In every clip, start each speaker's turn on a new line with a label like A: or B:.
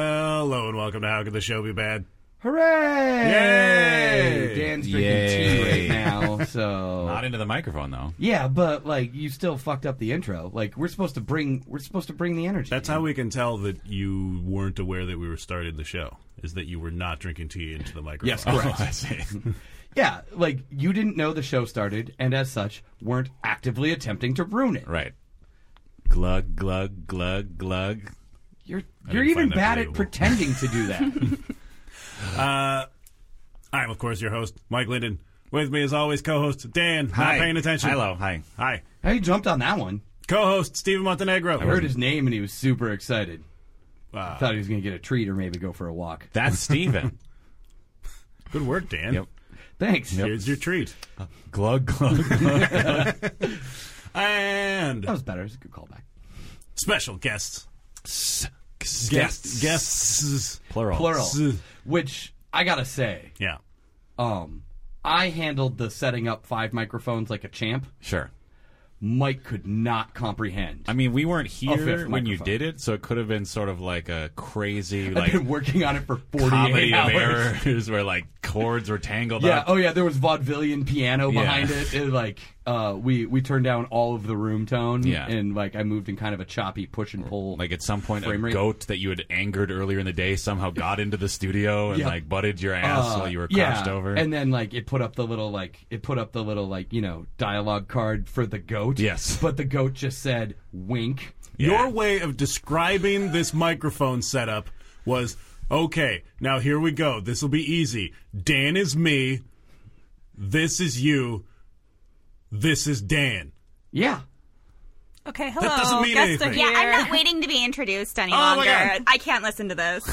A: Show, and welcome to How Could the Show Be Bad?
B: Hooray!
A: Yay!
B: Dan's drinking
C: Yay.
B: tea right now, so
C: Not into the microphone though.
B: yeah, but like you still fucked up the intro. Like we're supposed to bring we're supposed to bring the energy.
A: That's how we can tell that you weren't aware that we were starting the show, is that you were not drinking tea into the microphone.
B: Yes, correct.
C: Oh, I see.
B: yeah, like you didn't know the show started, and as such, weren't actively attempting to ruin it.
C: right. Glug glug glug glug.
B: You're you're
A: didn't
B: even
A: find that
B: bad at
A: believable.
B: pretending to do that.
A: I'm, of course, your host, Mike Linden. With me, as always, co host Dan,
C: Hi.
A: not paying attention.
C: Hello. Hi.
A: Hi.
B: how you jumped on that one?
A: Co host, Steven Montenegro.
B: I heard his name and he was super excited.
A: Wow.
B: Thought he was going to get a treat or maybe go for a walk.
C: That's Steven.
A: Good work, Dan.
C: Yep.
B: Thanks.
A: Here's your treat.
C: glug glug. glug.
A: And
B: That was better. It was a good callback.
A: special guests.
C: Guests.
A: Guests.
C: Plural.
B: Plural.
A: Z-
B: Which I gotta say,
A: Yeah.
B: um, I handled the setting up five microphones like a champ.
C: Sure.
B: Mike could not comprehend.
C: I mean, we weren't here
B: Oh, fifth
C: when you
B: microphone.
C: did it, so it could have been sort of like a crazy
B: I've
C: like
B: been working on it for
C: comedy
B: 48
C: of
B: hours.
C: errors where like chords were tangled
B: Yeah.
C: up.
B: Oh, yeah. There was vaudevillian piano
C: Yeah.
B: behind it. It, like uh, we we turned down all of the room tone.
C: Yeah.
B: And like I moved in kind of a choppy push and pull.
C: Like at some point,
B: Frame
C: a
B: rate.
C: goat that you had angered earlier in the day somehow got into the studio and
B: Yeah. Uh,
C: like butted your ass while you were
B: yeah,
C: crouched over.
B: and then like it put up the little like it put up the little like you know dialogue card for the goat.
C: Yes.
B: but the goat just said wink.
C: Yeah.
A: Your way of describing this microphone setup was okay, now here we go. This will be easy. Dan is me. This is you. This is Dan.
B: Yeah,
D: Okay, hello.
A: doesn't mean
D: Guests are
A: anything.
E: Yeah,
D: here.
E: I'm not waiting to be introduced any
A: Oh, my
E: longer.
A: God.
E: I can't listen to this.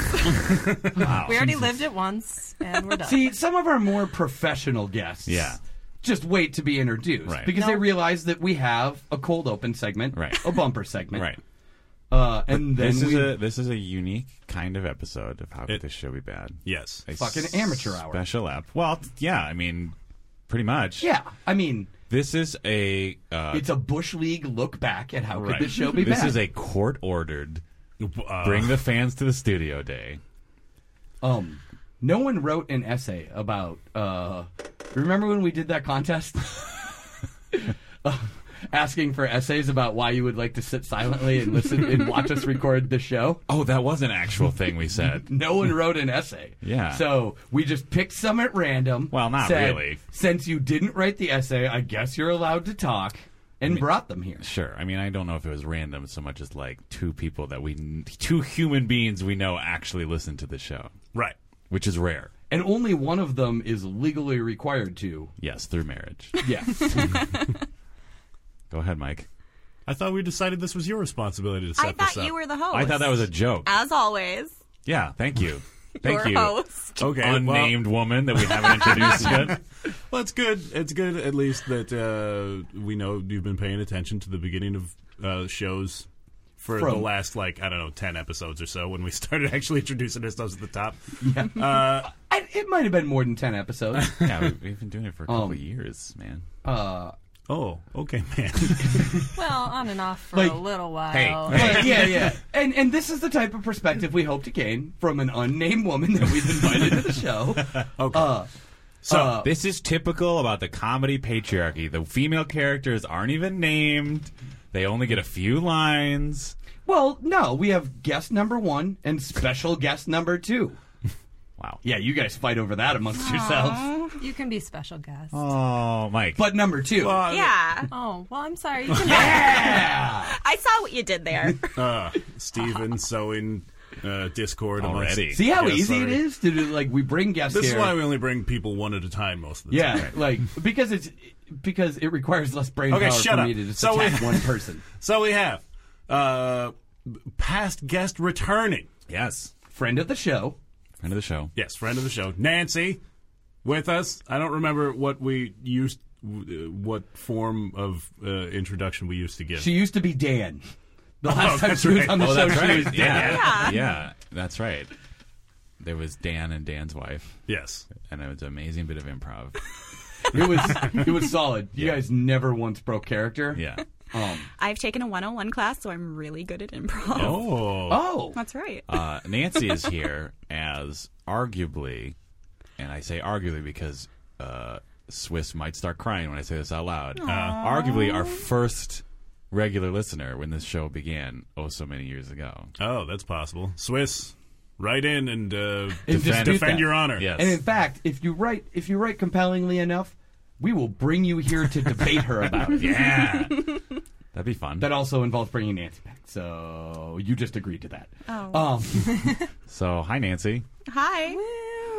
D: we already lived it once, and we're done.
B: See, some of our more professional guests,
C: Yeah.
B: just wait to be introduced
C: Right.
B: because
D: No.
B: they realize that we have a cold open segment,
C: Right.
B: a bumper segment,
C: right.
B: Uh, and then
C: This is
B: we
C: a this is a unique kind of episode of How Could
A: It-
C: This Show Be Bad?
A: Yes.
C: A
B: Fucking amateur hour.
C: special app. Well, t- yeah, I mean, pretty much.
B: yeah. I mean,
C: This is a uh,
B: it's a bush league look back at how
C: right.
B: could this show be
C: This
B: bad.
C: is a court ordered
A: Uh,
C: bring the fans to the studio day.
B: um, no one wrote an essay about. Uh, remember when we did that contest? Uh, Asking for essays about why you would like to sit silently and listen and watch us record the show.
C: Oh, that was an actual thing we said.
B: No one wrote an essay.
C: Yeah.
B: So we just picked some at random.
C: Well, not
B: said,
C: really.
B: Since you didn't write the essay, I guess you're allowed to talk, and brought them here.
C: Sure. I mean, I don't know if it was random so much as like two people that we, kn- two human beings we know actually listen to the show,
A: right.
C: which is rare.
B: And only one of them is legally required to.
C: Yes, through marriage.
B: Yeah.
C: Go ahead, Mike.
A: I thought we decided this was your responsibility to set
E: I
A: this
E: thought
A: up.
E: you were the host.
C: I thought that was a joke.
E: As always,
C: Yeah, thank you. Thank
E: your
C: you.
E: host.
A: okay.
C: Unnamed woman that we haven't introduced yet.
A: Well, well, it's good. It's good at least that uh, we know you've been paying attention to the beginning of uh, shows. For the
B: From-
A: last, like, I don't know, 10 episodes or so when we started actually introducing ourselves at the top.
B: I, it might have been more than 10 episodes.
C: Yeah, we- we've been doing it for a couple
B: Um,
C: years, man.
B: Uh,
A: Oh, okay, man.
D: well, on and off for
B: Like-
D: a little
C: Hey,
D: while.
B: but yeah, yeah. And, and this is the type of perspective we hope to gain from an unnamed woman that we've invited to the show.
A: Okay.
B: Uh,
A: so,
B: uh,
C: This is typical about the comedy patriarchy. The female characters aren't even named. They only get a few lines.
B: well, no, we have guest number one and special guest number two.
C: Wow.
B: Yeah, you guys fight over that amongst yourselves.
D: You can be special guest.
C: Oh, Mike.
B: But number two.
E: Yeah.
D: Oh, well, I'm sorry. You can
E: I saw what you did there.
A: uh, Steven sowing uh, discord amongst-
C: Already.
B: See how
A: Yeah,
B: easy
A: sorry.
B: it is to do, like we bring guests
A: This
B: here.
A: is why we only bring people one at a time most of the time.
B: yeah, like because it's because it requires less brain
A: Okay,
B: power
A: shut
B: for
A: up.
B: me to just
A: So we-
B: attack one person.
A: So we have uh, past guest returning.
C: yes.
B: Friend of the show.
C: End of the show.
A: Yes, friend of the show, Nancy, with us. I don't remember what we used, w- uh, what form of uh, introduction we used to give.
B: She used to be Dan. The last time
A: that's
B: she was
A: right.
B: on
A: Oh,
B: the show,
A: that's
B: she
A: right.
B: was Dan.
C: Yeah.
E: Yeah.
C: Yeah, that's right. There was Dan and Dan's wife,
A: yes,
C: and it was an amazing bit of improv.
B: It was it was solid. You
C: Yeah.
B: guys never once broke character.
C: Yeah.
B: Um,
E: I've taken a 101 class, so I'm really good at improv.
C: Oh.
B: oh,
E: That's right.
C: Uh, Nancy is here as arguably, and I say arguably because uh, Swiss might start crying when I say this out loud. Uh, arguably, our first regular listener when this show began oh so many years ago.
A: Oh, that's possible. Swiss, write in and uh,
B: And
A: defend,
B: dispute
A: defend
B: that.
A: your honor.
C: Yes.
B: and in fact, if you write if you write compellingly enough, we will bring you here to debate her about it.
C: yeah. That'd be fun.
B: That also involves bringing Nancy back. So you just agreed to that.
E: Oh.
B: Um,
C: So, hi, Nancy.
E: Hi.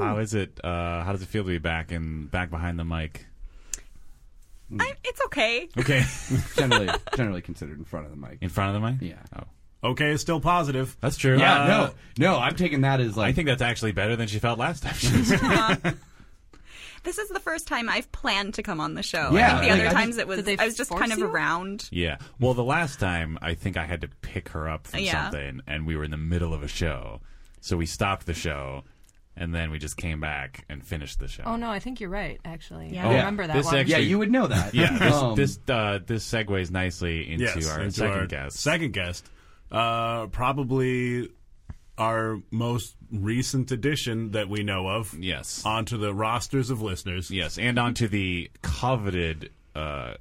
C: How is it? Uh, how does it feel to be back and back behind the mic?
E: I, it's okay.
C: Okay.
B: generally, generally considered in front of the mic.
C: in front of the mic?
B: Yeah.
C: Oh,
A: Okay, it's still positive.
C: that's true.
B: Yeah,
C: Uh,
B: no, no, I'm taking that as like.
C: I think that's actually better than she felt last time. She was
E: This is the first time I've planned to come on the show.
B: Yeah, like,
E: I think the
B: I
E: other
B: just-
E: times it was
D: Did they
E: I was just
D: force
E: kind of
D: you?
E: around.
C: Yeah. Well, the last time I think I had to pick her up from
E: Yeah.
C: something, and we were in the middle of a show, so we stopped the show, and then we just came back and finished the show.
D: Oh no, I think you're right. Actually,
E: Yeah.
D: I
B: Yeah.
D: remember that
C: This
D: one.
C: actually-
B: yeah, you would know that.
C: Yeah. This
B: Um,
C: this, uh, this segues nicely into
A: Yes,
C: our
A: into
C: second
A: our
C: guest.
A: Second guest, uh, probably our most recent addition that we know of.
C: yes.
A: onto the rosters of listeners.
C: yes, and onto the coveted uh,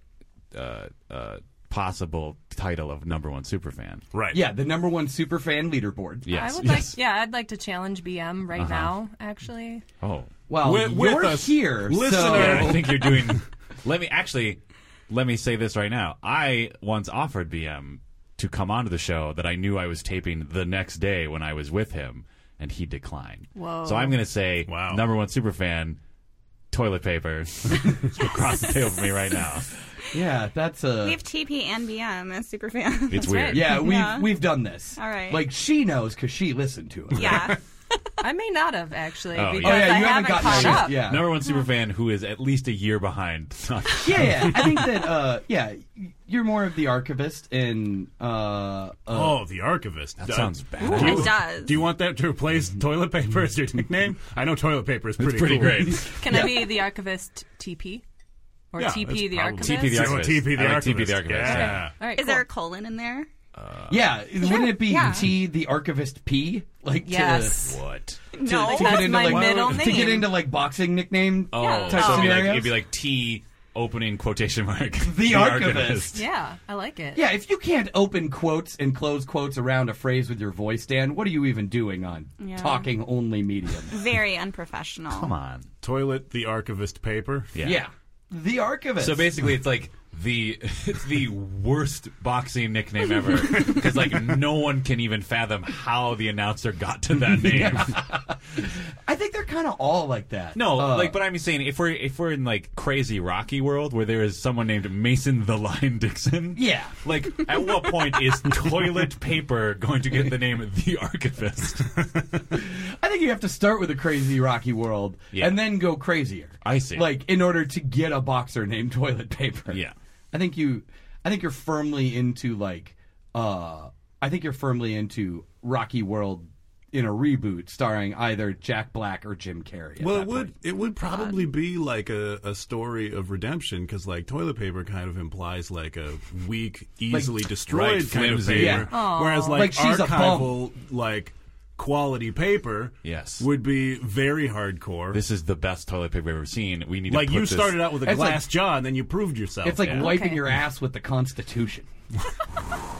C: uh, uh, possible title of number one superfan.
A: Right.
B: yeah, the number one super fan leaderboard.
C: Yes.
D: I would
C: yes.
D: like. Yeah, I'd like to challenge BM right now. Actually,
C: Oh.
B: Well,
A: With- with
B: you're
A: us,
B: here, so
A: listener.
C: Yeah, I think you're doing. let me actually. Let me say this right now. I once offered BM to come onto the show that I knew I was taping the next day when I was with him, and he declined.
D: Whoa.
C: So I'm going to say,
A: Wow.
C: number one superfan, toilet paper across the table from me right now.
B: yeah, that's a.
E: We have TP and BM as super fans.
C: It's weird.
D: right.
B: yeah, we've
E: Yeah.
B: we've done this.
E: All right.
B: like she knows because she listened to it.
E: yeah.
D: I may not have actually
C: Oh, yeah.
D: because
B: Oh yeah,
D: I
B: you
D: haven't,
B: gotten that
D: caught
B: yet.
D: up.
B: Yeah,
C: Number one superfan who is at least a year behind.
B: yeah, yeah. I think that uh, yeah, you're more of the archivist and uh, uh,
A: Oh, the archivist.
C: That sounds bad. Mm-hmm.
A: Do you-
E: It does.
A: Do you want that to replace toilet paper as your nickname? I know toilet paper is pretty,
C: pretty
A: cool.
C: great.
D: Can I be the archivist TP or
A: Yeah,
D: TP
A: that's
D: the
A: probably-
D: archivist?
C: TP the
A: So,
C: archivist.
A: TP the
C: I like
A: archivist.
C: TP the archivist.
A: Yeah.
D: All right,
E: Is
D: cool.
E: there a colon in there?
B: yeah, Wouldn't it be
E: yeah.
B: T the archivist P? Like to-
D: Yes.
C: What?
E: No,
D: like,
B: to,
D: That's
B: get into
D: my
B: like
D: middle
B: to
D: name.
B: get into like boxing nickname
C: Oh, so
D: Yeah.
C: it'd be like,
B: Scenarios?
C: it'd be like T opening quotation mark.
B: the, archivist.
D: Yeah, I like it.
B: Yeah, if you can't open quotes and close quotes around a phrase with your voice, Dan, what are you even doing on
E: Yeah.
B: talking only medium?
E: Very unprofessional.
C: Come on.
A: Toilet the archivist paper.
B: yeah. The archivist.
C: So basically, it's like the it's the worst boxing nickname ever because like no one can even fathom how the announcer got to that name.
B: I think they're kind of all like that.
C: No,
B: Uh,
C: like, but I'm saying if we're if we're in like crazy Rocky world where there is someone named Mason the Line Dixon,
B: Yeah.
C: Like, at what point is toilet paper going to get the name the archivist?
B: I think you have to start with a crazy Rocky world
C: Yeah.
B: and then go crazier.
C: I see.
B: Like in order to get a boxer named Toilet Paper.
C: Yeah.
B: I think you I think you're firmly into like uh I think you're firmly into Rocky World in a reboot starring either Jack Black or Jim Carrey. at
A: Well,
B: that
A: it would
B: point.
A: it would probably be like a, a story of redemption because like toilet paper kind of implies like a weak, easily destroyed
C: right,
A: kind of
C: flimsy.
A: paper,
B: Yeah.
D: Aw.
A: whereas like,
B: Like, she's a bum.
A: archival like quality paper
C: Yes.
A: would be very hardcore.
C: This is the best toilet paper I've ever seen. We need
A: like
C: to put
A: you
C: this-
A: started out with a
B: It's like-
A: glass jaw and then you proved yourself.
B: It's like
C: Yeah.
B: wiping
D: Okay.
B: your ass with the Constitution.
C: Oh,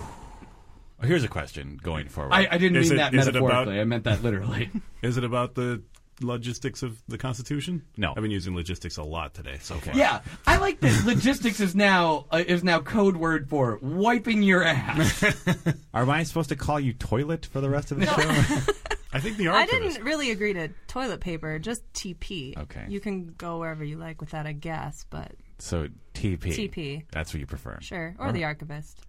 C: Here's a question going forward.
B: I, I didn't
A: Is
B: mean
A: it-
B: that
A: is it about-
B: metaphorically. I meant that literally.
A: Is it about the logistics of the Constitution?
C: No.
A: I've been using logistics a lot today so far.
B: yeah, I like that. Logistics is now uh, is now code word for wiping your ass.
C: Am I supposed to call you toilet for the rest of the show?
A: I think the
D: I
A: archivist.
D: didn't really agree to toilet paper, just TP.
C: Okay.
D: You can go wherever you like with that, I guess, but
C: so TP.
D: TP.
C: That's what you prefer.
D: sure. Or the archivist.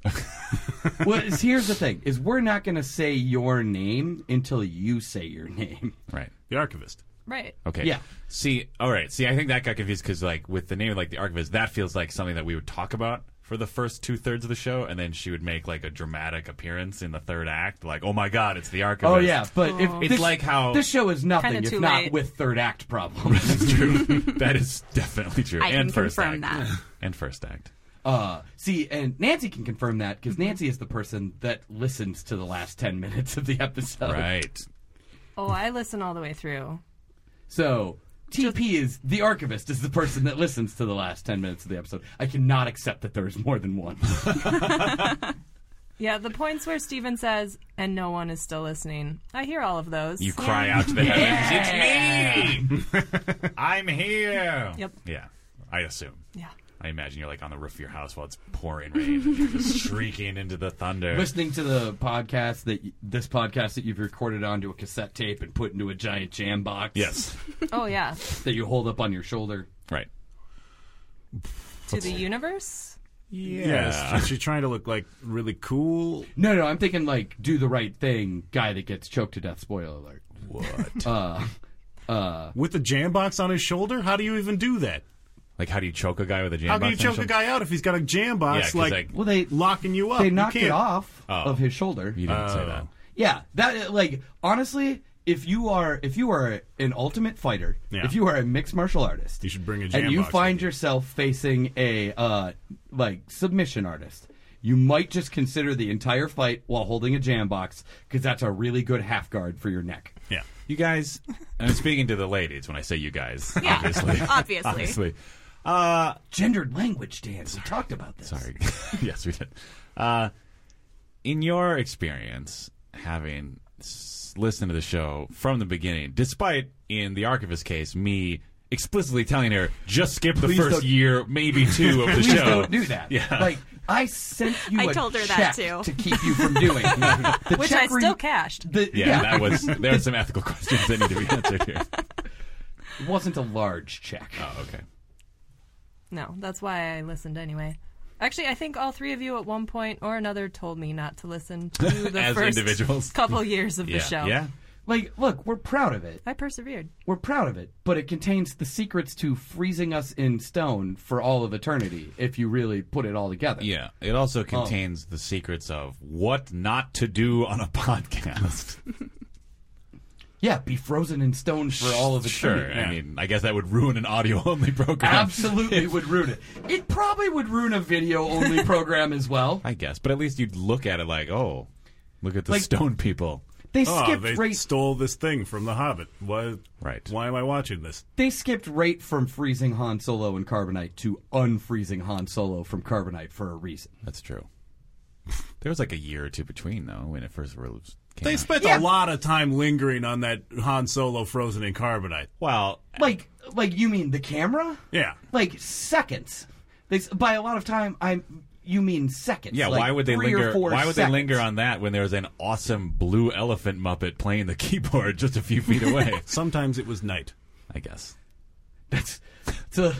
B: well, is- here's the thing: is we're not going to say your name until you say your name.
C: Right.
A: The archivist.
D: Right.
C: Okay.
B: Yeah.
C: See, all right. See, I think that got confused because, like, with the name, like the archivist, that feels like something that we would talk about for the first two thirds of the show, and then she would make like a dramatic appearance in the third act, like, "Oh my God, it's the archivist."
B: Oh yeah, but if
C: It's
B: this-
C: like how-
B: this show is nothing
D: Kinda
B: if
D: too
B: not
D: late.
B: with third act problems.
C: It's true. that is definitely true.
E: I
C: and
E: can
C: first
E: confirm
C: act.
E: that.
C: And first act.
B: Uh, see, and Nancy can confirm that because Nancy is the person that listens to the last 10 minutes of the episode.
C: Right.
D: Oh, I listen all the way through.
B: So TP is the archivist is the person that listens to the last ten minutes of the episode. I cannot accept that there is more than one.
D: Yeah, the points where Steven says, and no one is still listening. I hear all of those.
C: You cry out to the heavens, it's me! I'm here!
D: Yep.
C: Yeah, I assume.
D: Yeah.
C: I imagine you're like on the roof of your house while it's pouring rain, and you're just shrieking into the thunder.
B: Listening to the podcast that y- this podcast that you've recorded onto a cassette tape and put into a giant jam box.
C: Yes,
D: Oh, yeah.
B: that you hold up on your shoulder.
C: right.
D: to the universe?
C: Yeah.
A: Yes. Is she trying to look like really cool?
B: No, no, I'm thinking like do the right thing, guy that gets choked to death. Spoiler alert.
C: What?
B: Uh,
A: With the jam box on his shoulder? How do you even do that?
C: like, how do you choke a guy with a jam
A: How
C: box?
A: can you choke a guy out if he's got a jam
C: Yeah,
A: box
C: 'cause,
A: like,
C: like-
B: well, they
A: locking you up?
B: they
A: You
B: knocked it
A: can't-
B: off
C: Oh.
B: of his shoulder.
C: You didn't say that.
A: Oh.
B: Yeah, that like honestly, if you are if you are an ultimate fighter,
A: Yeah.
B: if you are a mixed martial artist,
A: You should bring a
B: and
A: jam
B: you
A: box
B: find
A: with you.
B: yourself facing a uh, like submission artist. You might just consider the entire fight while holding a jam box because that's a really good half guard for your neck.
A: Yeah.
C: You guys, and I'm speaking to the ladies when I say you guys,
E: Yeah,
C: obviously.
E: obviously.
C: obviously. Uh,
B: Gendered language, Dan. We talked about this.
C: Sorry. yes, we did. Uh, in your experience, having s- listened to the show from the beginning, despite in the archivist case, me explicitly telling her just skip the
B: Please
C: 1st
B: don't-
C: year, maybe two of the
B: Please
C: show.
B: don't do that.
C: Yeah.
B: Like I sent you.
E: I
B: a
E: told her that,
B: check
E: too.
B: to keep you from doing. The
D: Which
B: check
D: I
B: where
D: still
B: you-
D: cashed.
B: the-
C: yeah, that was there were some ethical questions that need to be answered here.
B: It wasn't a large check.
C: Oh, okay.
D: No, that's why I listened anyway. Actually, I think all three of you at one point or another told me not to listen to the
C: As
D: first
C: individuals.
D: couple years of
C: Yeah.
D: the show.
C: Yeah.
B: Like, look, we're proud of it.
D: I persevered.
B: We're proud of it, but it contains the secrets to freezing us in stone for all of eternity if you really put it all together.
C: Yeah. It also
B: Oh.
C: contains the secrets of what not to do on a podcast.
B: Yeah, be frozen in stone for all of
C: sure.
B: eternity.
C: I mean, I guess that would ruin an audio only program.
B: Absolutely would ruin it. It probably would ruin a video only program as well.
C: I guess, but at least you'd look at it like, oh, look at the
B: Like-
C: stone people.
B: They
A: Oh,
B: skipped
A: they
B: right
A: stole this thing from The Hobbit. Why,
C: Right.
A: Why am I watching this?
B: they skipped right from freezing Han Solo and Carbonite to unfreezing Han Solo from Carbonite for a reason.
C: That's true. There was like a year or two between though when it first released. Came
A: They
C: out.
A: spent
B: Yeah.
A: a lot of time lingering on that Han Solo frozen in carbonite.
C: well,
B: Like like you mean the camera?
A: Yeah.
B: like seconds. They s- by a lot of time I you mean seconds.
C: yeah.
B: like
C: why would they
B: three or
C: linger?
B: four
C: Why would they
B: seconds.
C: linger on that when there was an awesome blue elephant Muppet playing the keyboard just a few feet away?
A: Sometimes it was night.
C: I guess.
B: That's it's a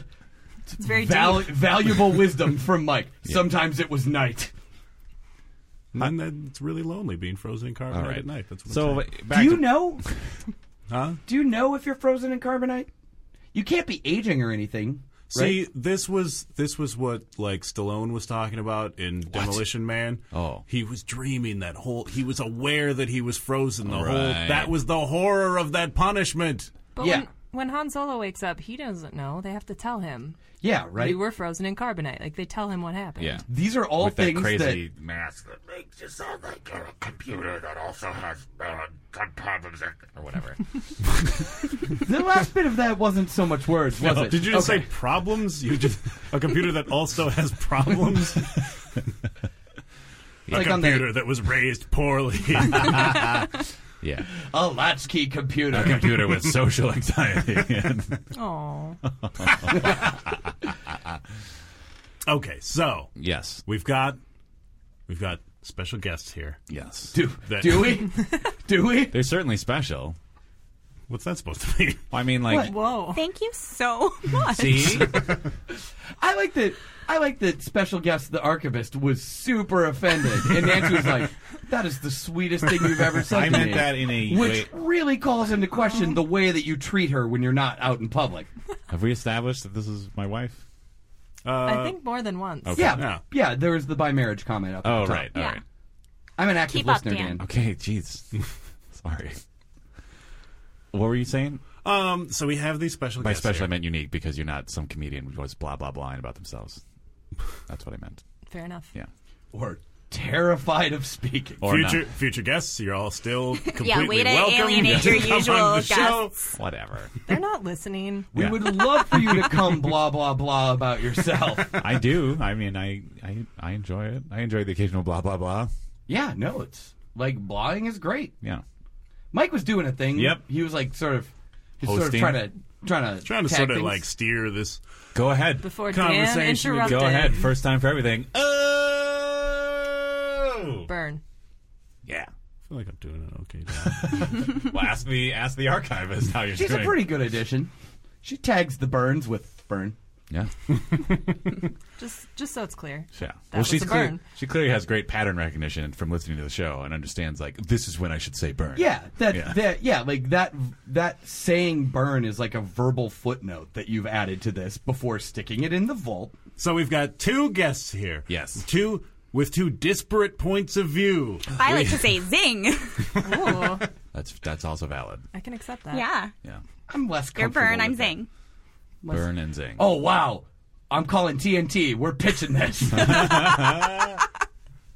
D: It's very
B: val-
D: deep.
B: valuable wisdom from Mike. Sometimes it was night.
A: And then that- it's really lonely being frozen in carbonite
C: All right.
A: at night. That's what
C: so
A: I'm
C: back
A: saying.
B: Do you
C: to-
B: know?
A: Huh?
B: Do you know if you're frozen in carbonite? You can't be aging or anything.
A: See,
B: right?
A: this was this was what like Stallone was talking about in Demolition Man.
C: Oh.
A: he was dreaming that whole. He was aware that he was frozen the whole.
C: Right.
A: That was the horror of that punishment.
D: But
B: Yeah.
D: when, when Han Solo wakes up, he doesn't know. They have to tell him.
B: yeah, right.
D: We were frozen in carbonite. Like, they tell him what happened.
C: Yeah.
B: These are all
C: With that
B: things
C: crazy
B: that
C: mask that makes you sound like you're a computer that also has uh, gun problems or whatever.
B: the last bit of that wasn't so much words, was it?
A: Did you just
B: Okay.
A: say problems? You just a computer that also has problems. a
B: like on the-
A: computer that was raised poorly.
C: yeah.
B: a latchkey computer?
C: computer with social anxiety.
D: Oh.
A: okay, so
C: yes.
A: we've got we've got special guests here.
C: Yes.
B: Do,
A: That-
B: do we? do we?
C: They're certainly special.
A: What's that supposed to mean?
C: I mean, like,
D: Whoa.
E: Thank you so much.
C: see?
B: I like that. I like that special guest, the archivist, was super offended, and Nancy was like, "That is the sweetest thing you've ever said."
C: I
B: to
C: meant
B: me,"
C: that in a
B: which
C: way-
B: really calls into question the way that you treat her when you're not out in public.
C: Have we established that this is my wife?
D: I think more than once.
C: okay.
B: Yeah,
A: Yeah.
B: yeah, There was the by marriage comment up. at
C: Oh,
B: the top.
C: right. All
E: Yeah.
C: right.
B: I'm an active
E: Keep up,
B: listener, Dan.
E: Dan.
C: Okay, jeez. Sorry. What were you saying?
A: Um, so we have these special
C: By
A: guests.
C: special, I
A: here.
C: meant unique because you're not some comedian who was blah, blah, blah about themselves. That's what I meant.
D: Fair enough.
C: Yeah.
B: Or terrified of speaking.
C: Or
A: Future future guests, you're all still completely
E: yeah, way to
A: welcome.
E: alienate
A: to
E: your
A: come on
E: usual
A: the show.
E: guests.
C: whatever.
D: They're not listening.
B: we
C: Yeah.
B: would love for you to come blah blah blah about yourself.
C: I do. I mean, I, I I enjoy it. I enjoy the occasional blah blah blah.
B: yeah, no, it's like blahing is great.
C: Yeah.
B: Mike was doing a thing.
A: Yep.
B: He was like sort of he's sort of
C: Hosting.
B: trying to trying to
A: Trying to
B: tag
A: sort of
B: things.
A: like steer this
C: Go ahead.
D: Before Dan
A: Conversation.
D: interrupted.
C: Go ahead. First time for everything. Oh.
D: Burn.
C: Yeah.
A: I feel like I'm doing it okay. Dan.
C: Well, ask the ask the archivist how you're
B: She's
C: doing.
B: a pretty good addition. She tags the burns with burn.
C: yeah.
D: Just just so it's clear.
C: Yeah.
D: That was a
C: clear-
D: burn.
C: she clearly has great pattern recognition from listening to the show and understands like this is when I should say burn.
B: Yeah, that
C: Yeah.
B: that yeah, like that that saying burn is like a verbal footnote that you've added to this before sticking it in the vault.
A: so we've got two guests here.
C: Yes.
A: Two with two disparate points of view.
E: I like to say zing.
D: Ooh,
C: That's that's also valid.
D: I can accept that.
E: yeah.
C: Yeah.
B: I'm less
E: You're
B: comfortable.
E: burn,
B: with
E: I'm
B: it.
E: zing.
C: Burn and zing.
B: Oh wow. I'm calling TNT. We're pitching this.
A: That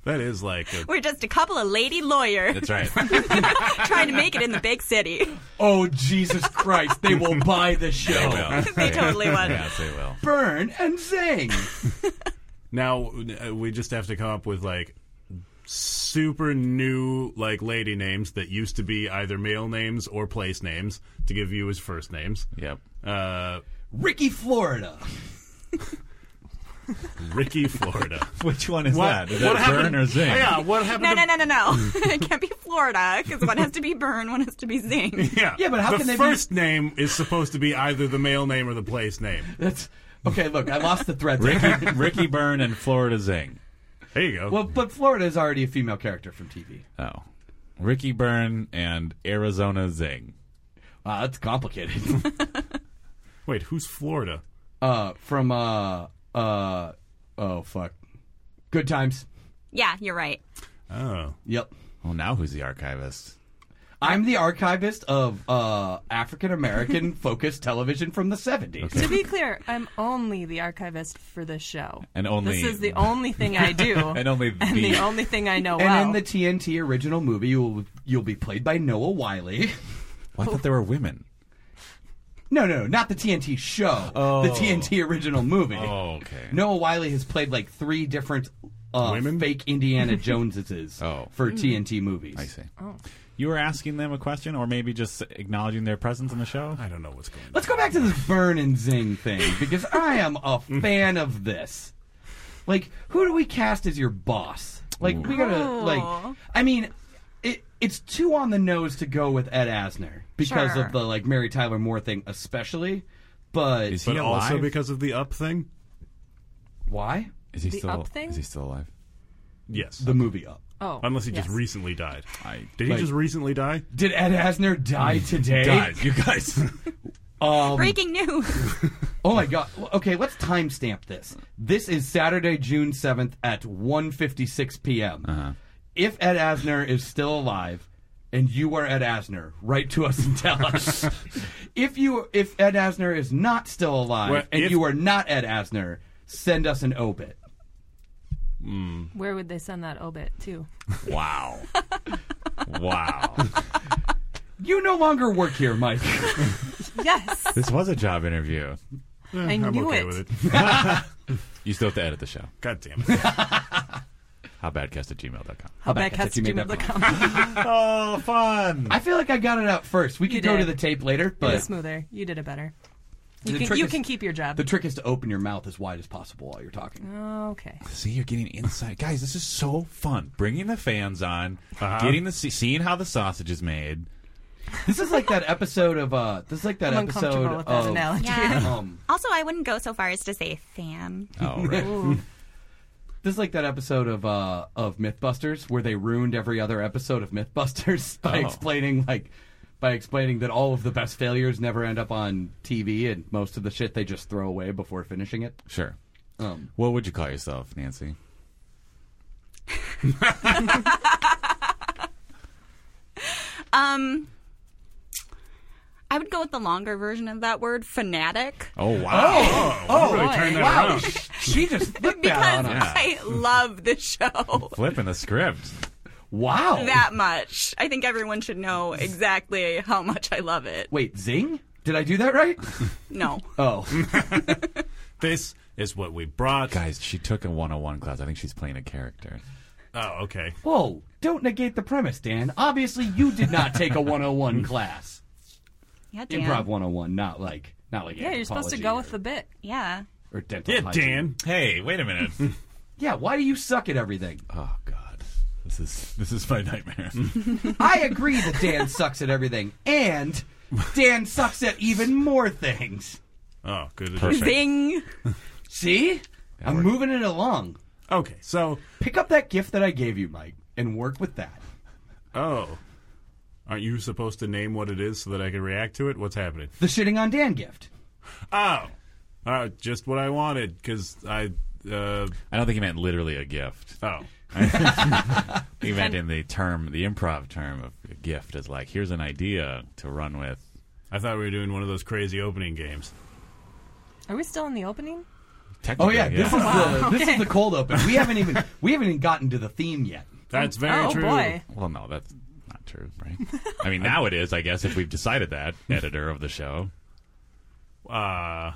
A: is like a,
E: We're just a couple of lady lawyers
C: That's right.
E: trying to make it in the big city.
B: oh Jesus Christ, they will buy the show.
E: They totally would.
C: Yes, they will.
B: Burn and zing.
A: now uh, we just have to come up with like super new like lady names that used to be either male names or place names to give you as first names.
C: Yep.
A: Uh,
B: Ricky Florida.
A: Ricky Florida.
C: Which one is
A: What-
C: that? Is
A: what
C: that burn
A: happened-
C: or zing?
A: yeah, what happened
E: No,
A: to
E: no, no, no, no. it can't be Florida because one has to be burn, one has to be zing.
A: Yeah.
B: Yeah, but how
A: the
B: can they be-
A: first name is supposed to be either the male name or the place name.
B: That's okay. Look, I lost the thread. there.
C: Ricky, Ricky Burn and Florida Zing.
A: There you go.
B: Well, but Florida is already a female character from TV.
C: Oh. Ricky Burn and Arizona Zing.
B: Wow, that's complicated.
A: Wait, who's Florida?
B: uh, from uh, uh, oh fuck, Good Times.
E: Yeah, you're right.
A: Oh.
B: Yep,
C: Well, now who's the archivist?
B: I'm the archivist of uh African American focused television from the '70s.
D: To be clear, I'm only the archivist for this show.
C: And only-
D: This is the only thing I do.
C: And only
D: and
C: the-
D: the only thing I know
B: And
D: well.
B: in the TNT original movie, you'll you'll be played by Noah Wiley.
C: Well, I thought there were women.
B: No, no, not the TNT show.
C: Oh.
B: The TNT original movie.
C: Oh, okay.
B: Noah Wiley has played like three different uh,
A: Women?
B: fake Indiana Joneses
C: Oh.
B: for TNT movies.
C: I see. You were asking them a question, or maybe just acknowledging their presence on the show.
A: I don't know what's going on.
B: Let's go back to this burn and zing thing because I am a fan of this. Like, who do we cast as your boss? Like, we gotta
E: Ooh.
B: like. I mean, it, it's too on the nose to go with Ed Asner because
E: Sure.
B: of the like Mary Tyler Moore thing, especially. But
C: Is he
A: but also
C: alive?
A: because of the up thing?
B: why
C: is he
D: The
C: still?
D: up thing?
C: Is he still alive?
A: Yes.
B: the movie up?
D: oh,
A: Unless he just
D: yes.
A: recently died.
C: I
A: Did he
B: Like-
A: just recently die?
B: Did Ed Asner die today?
C: guys, you guys.
B: Um,
E: Breaking news.
B: Oh my god. Well, Okay, let's timestamp this. This is Saturday, June 7th at 1:56 p.m.
A: Uh-huh.
B: If Ed Asner is still alive and you are Ed Asner, write to us and tell us. if you if Ed Asner is not still alive
A: Well,
B: and
A: if-
B: you are not Ed Asner, send us an obit.
D: Where would they send that obit to?
C: wow. Wow.
B: You no longer work here, Mike.
D: Yes,
C: This was a job interview.
A: Eh,
D: I
A: I'm
D: knew
A: okay
D: it.
A: with it.
C: You still have to edit the show.
A: God damn it.
C: Howbadcast at gmail.com.
D: howbadcast@gmail.com.
C: Oh, fun.
B: I feel like I got it out first. We could go
D: did.
B: to the tape later,
D: It
B: but
D: was smoother. You did it better. You,
B: The
D: can,
B: trick
D: you
B: is-
D: can keep your job.
B: the trick is to open your mouth as wide as possible while you're talking.
D: Oh. okay.
C: See, you're getting inside. Guys, this is so fun. Bringing the fans on, getting the see- seeing how the sausage is made.
B: This is like that episode of uh this is like that
D: I'm
B: episode
D: uncomfortable with that
B: of
D: analogy.
E: Yeah.
B: um
E: Also, I wouldn't go so far as to say fam.
C: Oh, right.
D: Ooh.
B: This is like that episode of uh, of MythBusters where they ruined every other episode of MythBusters by
C: Oh.
B: explaining like by explaining that all of the best failures never end up on TV and most of the shit they just throw away before finishing it.
C: sure.
B: Um,
C: What would you call yourself, Nancy?
E: Um, I would go with the longer version of that word, fanatic.
C: Oh wow!
A: Oh, oh really
D: boy.
A: turned that
B: Wow,
A: around.
B: sh- she just flipped that
E: Because
B: on us.
C: Yeah.
E: I love the show
C: Flipping the script.
B: Wow.
E: that much. I think everyone should know exactly how much I love it.
B: Wait, zing? Did I do that right?
E: No.
B: Oh,
A: This is what we brought.
C: Guys, she took a 101 class. I think she's playing a character.
A: Oh, okay.
B: whoa! Don't negate the premise, Dan. Obviously, you did not take a 101 class.
E: Yeah, Dan.
B: Improv 101, not like not like
D: Yeah, you're supposed to go with the bit.
E: Yeah.
B: or dental.
A: Yeah,
B: hygiene.
A: Dan.
C: Hey, wait a minute.
B: Yeah, why do you suck at everything?
C: oh God, this is this is my nightmare.
B: I agree that Dan sucks at everything, and Dan sucks at even more things.
A: Oh, good.
C: Perfect.
E: Zing.
B: See, I'm moving it along.
A: Okay, so
B: Pick up that gift that I gave you, Mike, and work with that.
A: oh, aren't you supposed to name what it is so that I can react to it? What's happening?
B: The shitting on Dan gift.
A: Oh, uh, just what I wanted because I. Uh,
C: I don't think he meant literally a gift.
A: oh,
C: He meant in the term, the improv term of a gift is like, here's an idea to run with.
A: I thought we were doing one of those crazy opening games.
D: Are we still in the opening?
B: Oh
C: Technically,
B: yeah, this is the this is the cold open. We haven't even we haven't even gotten to the theme yet.
A: That's
B: Mm.
A: very
D: oh
A: true.
D: boy.
C: Well, no, that's not true, right? I mean, now it is, I guess, if we've decided that, editor of the show.
A: Uh, I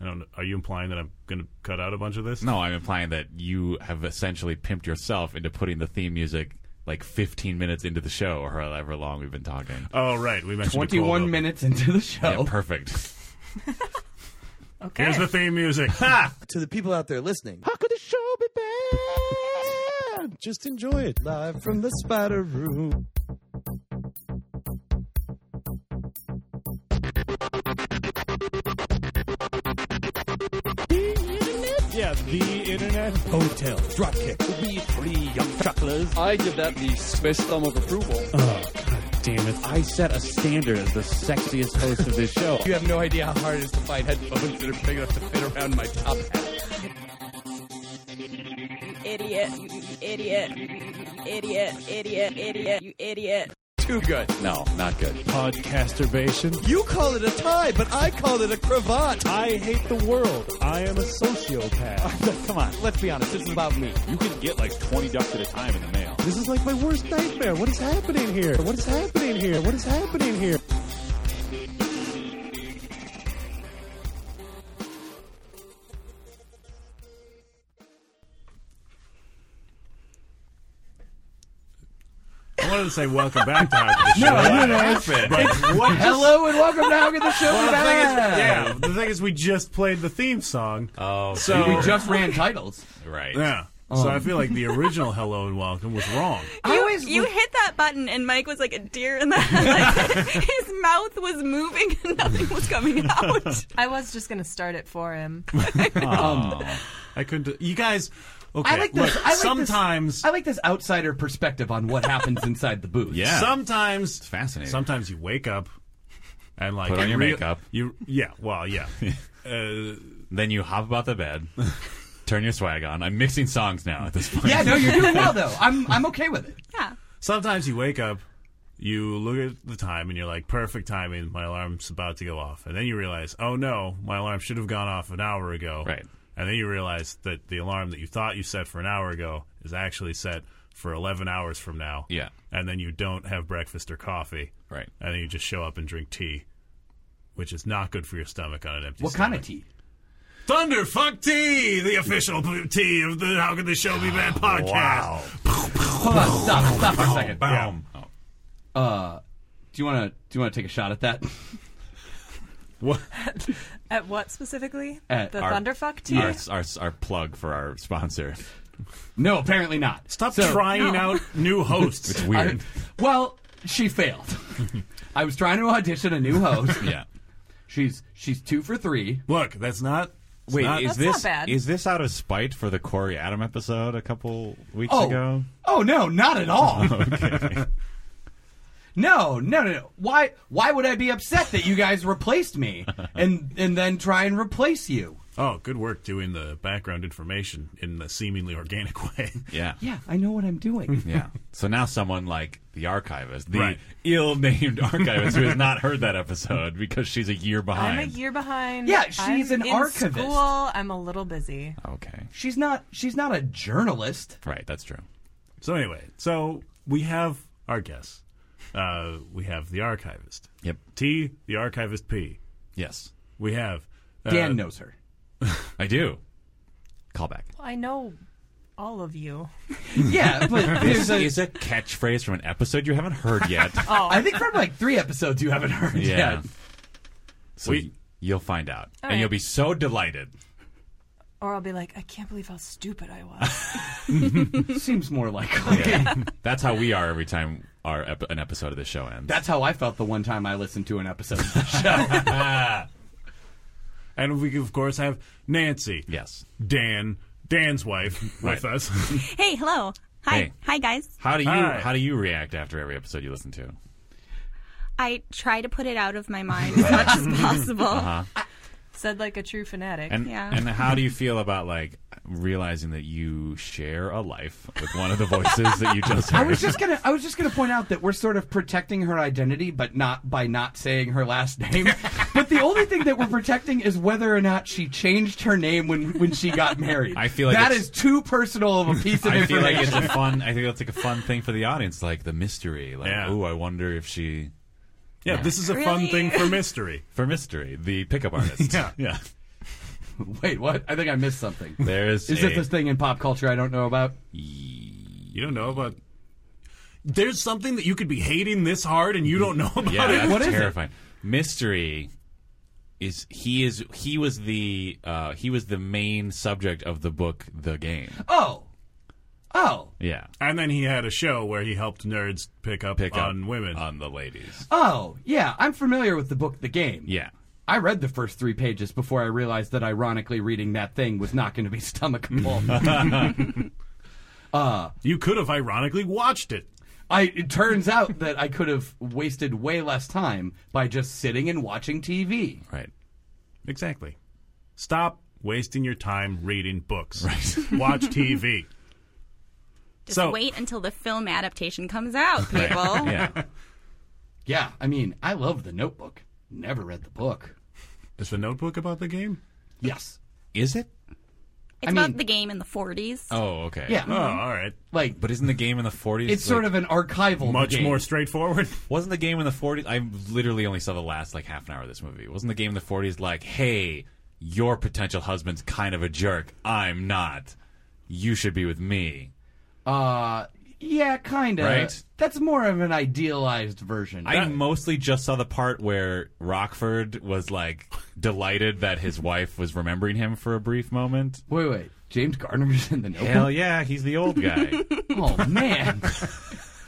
A: don't. know. Are you implying that I'm going to cut out a bunch of this?
C: No, I'm implying that you have essentially pimped yourself into putting the theme music like 15 minutes into the show or however long we've been talking.
A: Oh, right. We mentioned a cold
B: Twenty one
A: open.
B: minutes into the show.
C: Yeah, perfect.
D: Okay.
A: Here's the theme music. Ha!
F: to the people out there listening. How could the show be bad? Just enjoy it live from the spider room. Yeah, the internet. Hotel. Dropkick. We three young chucklers.
G: I give that the space thumb of approval.
F: Oh, Damn it.
G: I set a standard as the sexiest host of this show.
F: You have no idea how hard it is to find headphones that are big enough to fit around my top hat.
E: You idiot. You idiot. You idiot. Idiot. Idiot. You idiot.
F: Too good.
G: No, not good.
F: Podcasturbation. You call it a tie, but I call it a cravat. I hate the world. I am a sociopath. Come on, let's be honest. This is about me.
G: You can get like 20 ducks at a time in the mail.
F: This is like my worst nightmare. What is happening here? What is happening here? What is happening here?
A: I wanted to say welcome back to Hot for the Show.
B: no, no,
A: But what just-
B: Hello and welcome back to the show.
A: Well, the thing is,
B: back.
A: yeah, the thing is, we just played the theme song.
C: Oh,
A: so
B: We just ran titles.
C: right.
A: yeah. So I feel like the original "Hello and Welcome" was wrong.
B: I always
E: You hit that button, and Mike was like a deer in the headlights. His mouth was moving, and nothing was coming out.
D: I was just gonna start it for him.
A: I couldn't. You guys, okay?
B: I like this.
A: look,
B: I like this-
A: sometimes,
B: I like this outsider perspective on what happens inside the booth.
C: Yeah.
A: sometimes it's
C: fascinating.
A: Sometimes you wake up and like
C: Put on
A: you
C: your
A: rea-
C: makeup.
A: You yeah. Well, yeah. uh,
C: Then you hop about the bed, turn your swag on. I'm mixing songs now at this point.
B: Yeah, no, you're doing well though. I'm I'm okay with it.
E: Yeah.
A: sometimes you wake up, you look at the time, and you're like, perfect timing. My alarm's about to go off, and then you realize, oh no, my alarm should have gone off an hour ago.
C: Right.
A: And then you realize that the alarm that you thought you set for an hour ago is actually set for 11 hours from now.
C: Yeah.
A: And then you don't have breakfast or coffee.
C: Right.
A: And then you just show up and drink tea, which is not good for your stomach on an empty
B: What kind of tea?
A: Thunderfuck tea, the official tea of the How Can This Show Be Bad podcast.
C: Wow.
B: Hold on, stop, stop for a second. Do
A: Yeah.
C: Oh.
B: you want to do you want to take a shot at that?
A: What?
D: At what specifically?
B: At
D: the
C: our-
D: thunderfuck tea.
C: Our, our, our plug for our sponsor.
B: No, apparently not.
A: Stop
B: So-
A: trying out new hosts.
C: It's weird.
B: I- well, she failed. I was trying to audition a new host.
C: yeah.
B: She's she's two for three.
A: Uh, Look, that's not. it's
C: Wait,
A: not-
C: is
D: That's not
C: this
D: bad.
C: is this out of spite for the Corey Adam episode a couple weeks
B: Oh,
C: ago?
B: oh no, not at all. No, no, no, no. Why why would I be upset that you guys replaced me and and then try and replace you?
A: Oh, good work doing the background information in the seemingly organic way.
C: Yeah.
B: Yeah, I know what I'm doing.
C: Yeah. So now someone like the archivist, the
A: Right.
C: ill-named archivist who has not heard that episode because she's a year behind.
D: I'm a year behind.
B: Yeah, she's
D: I'm
B: an
D: in
B: archivist.
D: School. I'm a little busy.
C: okay.
B: She's not. She's not a journalist.
C: Right, that's true.
A: So anyway, so we have our guests. Uh, we have the archivist.
C: Yep.
A: T, the archivist P.
C: Yes.
A: We have uh,
B: Dan knows her.
C: I do. Callback.
D: I know all of you.
B: Yeah, but there's
C: This
B: a.
C: is a catchphrase from an episode you haven't heard yet.
D: Oh,
B: I think from like three episodes you haven't heard
C: yeah.
B: yet.
C: So
A: We-
C: you'll find out.
D: All
C: and
D: right.
C: you'll be so delighted.
D: Or I'll be like, I can't believe how stupid I was.
B: Seems more likely.
C: That's how we are every time our ep- an episode of the show ends.
B: That's how I felt the one time I listened to an episode.
A: and we of course have Nancy.
C: yes.
A: Dan, Dan's wife with
C: Right.
A: us.
E: Hey, hello. Hi.
C: Hey.
E: Hi, guys.
C: How do you
A: Hi.
C: how do you react after every episode you listen to?
E: I try to put it out of my mind as much as possible.
D: Said like a true fanatic.
C: And
E: Yeah.
C: and how do you feel about like realizing that you share a life with one of the voices that you just heard?
B: I was just gonna. I was just gonna point out that we're sort of protecting her identity, but not by not saying her last name. but the only thing that we're protecting is whether or not she changed her name when when she got married.
C: I feel like
B: that
C: it's-
B: is too personal of a piece of
C: I feel
B: information.
C: like it's a fun. I think that's like a fun thing for the audience, like the mystery. Like,
A: Yeah.
C: ooh, I wonder if she
A: yeah, this is a fun
E: Really?
A: thing for mystery.
C: for mystery the pickup artist.
A: Yeah.
C: yeah.
B: Wait, what? I think I missed something.
C: There is.
B: Is
C: a,
B: it this thing in pop culture I don't know about?
A: You don't know about There's something that you could be hating this hard and you don't know about
C: Yeah,
A: it.
C: that's
B: What is it?
C: terrifying. Mystery is he is he was the uh, he was the main subject of the book The Game.
B: Oh, oh,
C: Yeah.
A: And then he had a show where he helped nerds pick up uh,
C: Pick
A: on
C: up
A: women.
C: on the ladies.
B: oh. Yeah, I'm familiar with the book, The Game.
C: Yeah.
B: I read the first three pages before I realized that, ironically, reading that thing was not going to be stomachable.
A: you could have ironically watched it.
B: I, it turns out that I could have wasted way less time by just sitting and watching TV.
C: Right.
A: Exactly. Stop wasting your time reading books. Watch TV.
E: Just
A: So-
E: wait until the film adaptation comes out, people.
C: Yeah.
B: Yeah, I mean, I love The Notebook. Never read the book.
A: Is the notebook about the game?
B: Yes.
C: Is it?
E: It's
B: I
E: about
B: mean-
E: the game in the 40s.
C: Oh, okay.
B: Yeah.
A: Oh, all right.
B: Like,
C: But isn't the game in the 40s?
B: it's sort
C: like-
B: of an archival.
A: Much
B: game.
A: more straightforward.
C: Wasn't the game in the 40s? I literally only saw the last like half an hour of this movie. Wasn't the game in the 40s like, hey, your potential husband's kind of a jerk. I'm not. You should be with me.
B: Uh, yeah, kind of.
C: Right?
B: That's more of an idealized version.
C: I mostly just saw the part where Rockford was like delighted that his wife was remembering him for a brief moment.
B: wait, wait. James Garner's in The Notebook.
C: Hell yeah, he's the old guy.
B: Oh man.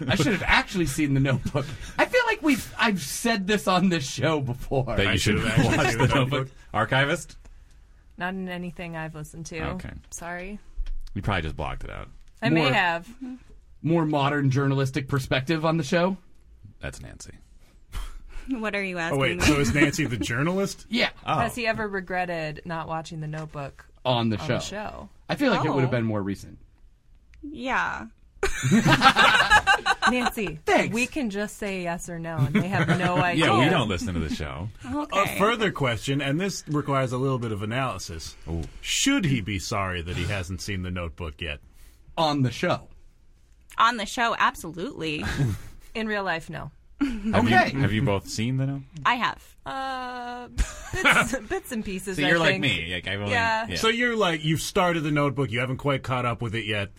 B: I should have actually seen the notebook. I feel like we've I've said this on this show before.
C: that you should
A: should've actually
C: watch
A: seen
C: the
A: the
C: notebook.
A: Notebook.
C: Archivist?
D: Not in anything I've listened to.
C: Okay.
D: Sorry.
C: You probably just blocked it out.
D: I
B: More-
D: may have.
B: More modern journalistic perspective on the show?
C: That's Nancy.
E: What are you
A: Oh,
E: asking?
A: wait.
E: me?
A: So is Nancy the journalist?
B: Yeah.
D: Has he ever regretted not watching The Notebook
B: on the
D: on
B: show.
D: the show?
B: I feel like it
E: Oh.
B: would have been more recent.
E: yeah.
D: Nancy,
B: Thanks.
D: we can just say yes or no, and they have no idea.
C: Yeah, we don't listen to the show.
E: Okay.
A: A further question, and this requires a little bit of analysis. Should he be sorry that he hasn't seen the notebook yet?
B: On the show.
E: On the show, absolutely.
D: In real life, no.
C: Have you-
B: Okay.
C: have you both seen the notebook?
E: I have.
D: Uh, bits, bits and pieces.
C: So
D: I
C: you're like
D: think.
C: me. Like I've only,
D: Yeah.
A: So you're like, you've started the notebook, you haven't quite caught up with it yet.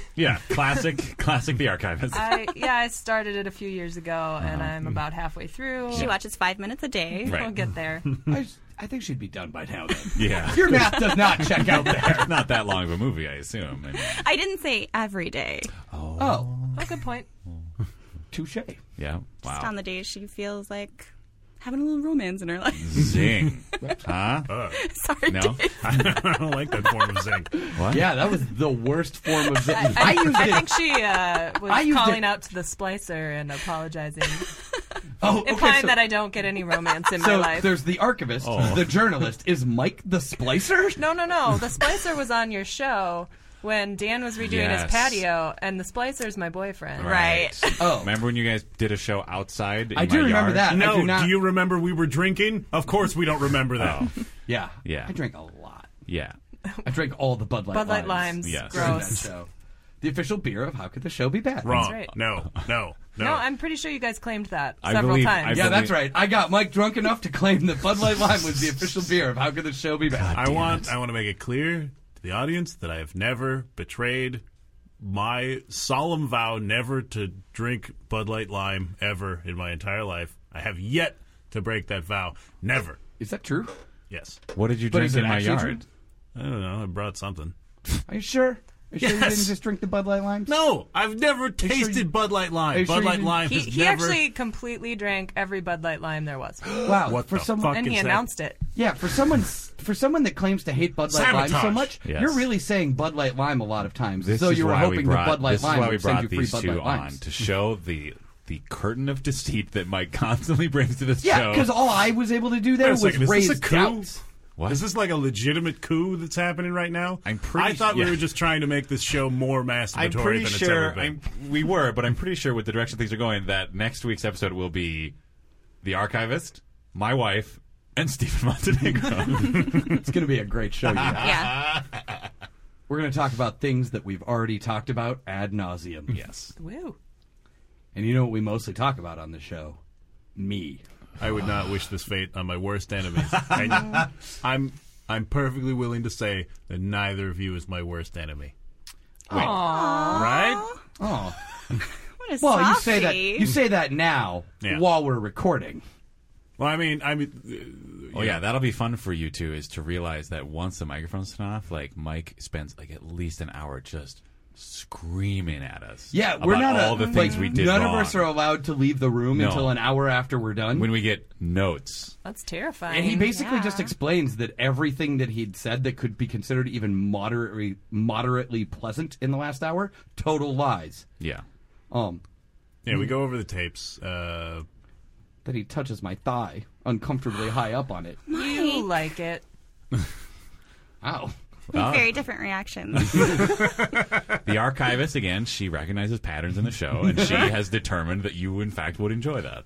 C: yeah, classic, classic. The archivist.
D: I, yeah, I started it a few years ago, and I'm about halfway through.
E: She watches five minutes a day.
C: Uh-huh. Right.
D: We'll get there. Oh,
B: I, s- I think she'd be done by now then.
C: yeah,
B: Your math does not check out there.
C: not that long of a movie, I assume. I mean,
E: I didn't say every day.
B: Oh,
D: Oh, good point.
B: touche.
C: yeah.
E: Just on
C: Wow.
E: the days she feels like having a little romance in her life.
C: Zing. huh?
E: Sorry.
C: Mm. No.
A: I don't like that form of zinc.
C: What?
B: Yeah, that was the worst form of zit. I,
D: I
B: used it.
D: think she uh,
B: I
D: was
B: used
D: calling
B: it-
D: out to the splicer and apologizing.
B: Oh, okay,
D: implying
B: so-
D: that I don't get any romance in my
B: So
D: life.
B: there's the archivist, the journalist. Is Mike the splicer?
D: No, no, no. The Splicer was on your show when Dan was redoing
C: Yes.
D: his patio, and the Splicer's my boyfriend.
E: Right.
B: Oh.
C: Remember when you guys did a show outside? in
B: I do
C: my
B: remember
C: yard?
B: that. I
A: No,
B: do not-
A: you remember we were drinking? Of course we don't remember that.
B: Yeah,
C: Yeah.
B: I drank a lot.
C: Yeah.
B: I drank all the Bud Light.
D: Bud Light Limes.
C: Yes.
B: during that
D: Gross.
B: show. The official beer of how could the show be bad?
A: Wrong.
D: right.
A: No, no, no.
D: No, I'm pretty sure you guys claimed that
C: I
D: several
C: believe-
D: times.
C: I
B: Yeah, that's right. I got Mike drunk enough to claim that Bud Light Lime was the official beer of how could the show be bad.
A: I want I want to make it clear to the audience that I have never betrayed my solemn vow never to drink Bud Light Lime ever in my entire life. I have yet to break that vow. Never.
B: Is that true?
A: Yes.
C: What did you
B: But
C: drink
B: is it
C: in my
B: actually
C: yard?
A: I don't know. I brought something.
B: Are you sure? Are you sure you
A: Yes.
B: didn't just drink the Bud Light Limes?
A: No, I've never tasted
B: you-
A: Bud Light
B: Are
A: Lime.
B: you
A: Bud
B: sure you
A: Light
B: didn't-
A: Lime
D: He,
A: has
D: he
A: never.
D: actually completely drank every Bud Light Lime there was,
B: Wow.
A: What
B: for
A: the
B: someone,
A: fuck?
D: and he
A: Fucking sad.
D: announced it.
B: yeah, for someone for someone that claims to hate Bud Light Lime so
A: Sabotage.
B: much,
C: Yes.
B: you're really saying Bud Light Lime a lot of times.
C: This
B: so
C: is
B: you were
C: why we
B: hoping
C: brought,
B: that Bud Light
C: this
B: Lime
C: is why we
B: would send
C: brought
B: you free
C: these
B: Bud
C: two
B: Light
C: on
B: Limes.
C: to show the the curtain of deceit that Mike constantly brings to this
B: Yeah,
C: show.
B: because all I was able to do
A: Wait
B: there
A: a
B: was
A: second, is
B: raise
A: this a coup?
B: doubts.
C: What?
A: Is this like a legitimate coup that's happening right now?
C: I'm pretty
A: I thought
C: yeah.
A: we were just trying to make this show more masturbatory
C: I'm pretty
A: than it's ever
C: sure
A: been.
C: I'm, we were, but I'm pretty sure with the direction things are going, that next week's episode will be the archivist, my wife, and Stephen Montenegro.
B: It's going to be a great show. You guys.
E: Yeah.
B: We're going to talk about things that we've already talked about ad nauseum.
C: yes,
D: Woo.
B: And you know what we mostly talk about on the show? Me.
A: I would not wish this fate on my worst enemies. And I'm I'm perfectly willing to say that neither of you is my worst enemy. Right?
B: Oh.
E: What a
B: Well, you
E: softie.
B: say that you say that now
A: Yeah.
B: while we're recording.
A: Well, I mean, I mean,
C: Oh yeah, that'll be fun for you too. Is to realize that once the microphone's turned off, like Mike spends like at least an hour just screaming at us.
B: Yeah, we're
C: about
B: not a-
C: all the things
B: like,
C: we did
B: None
C: wrong.
B: of us are allowed to leave the room
C: No.
B: until an hour after we're done.
C: when we get notes.
D: That's terrifying.
B: and he basically
E: yeah.
B: just explains that everything that he'd said that could be considered even moderately moderately pleasant in the last hour, total lies.
C: Yeah,
B: Um,
A: yeah, we go over the tapes. Uh,
B: that he touches my thigh uncomfortably high up on it.
D: you like it.
B: Ow.
E: Very different reactions.
C: the archivist again. She recognizes patterns in the show, and she has determined that you, in fact, would enjoy that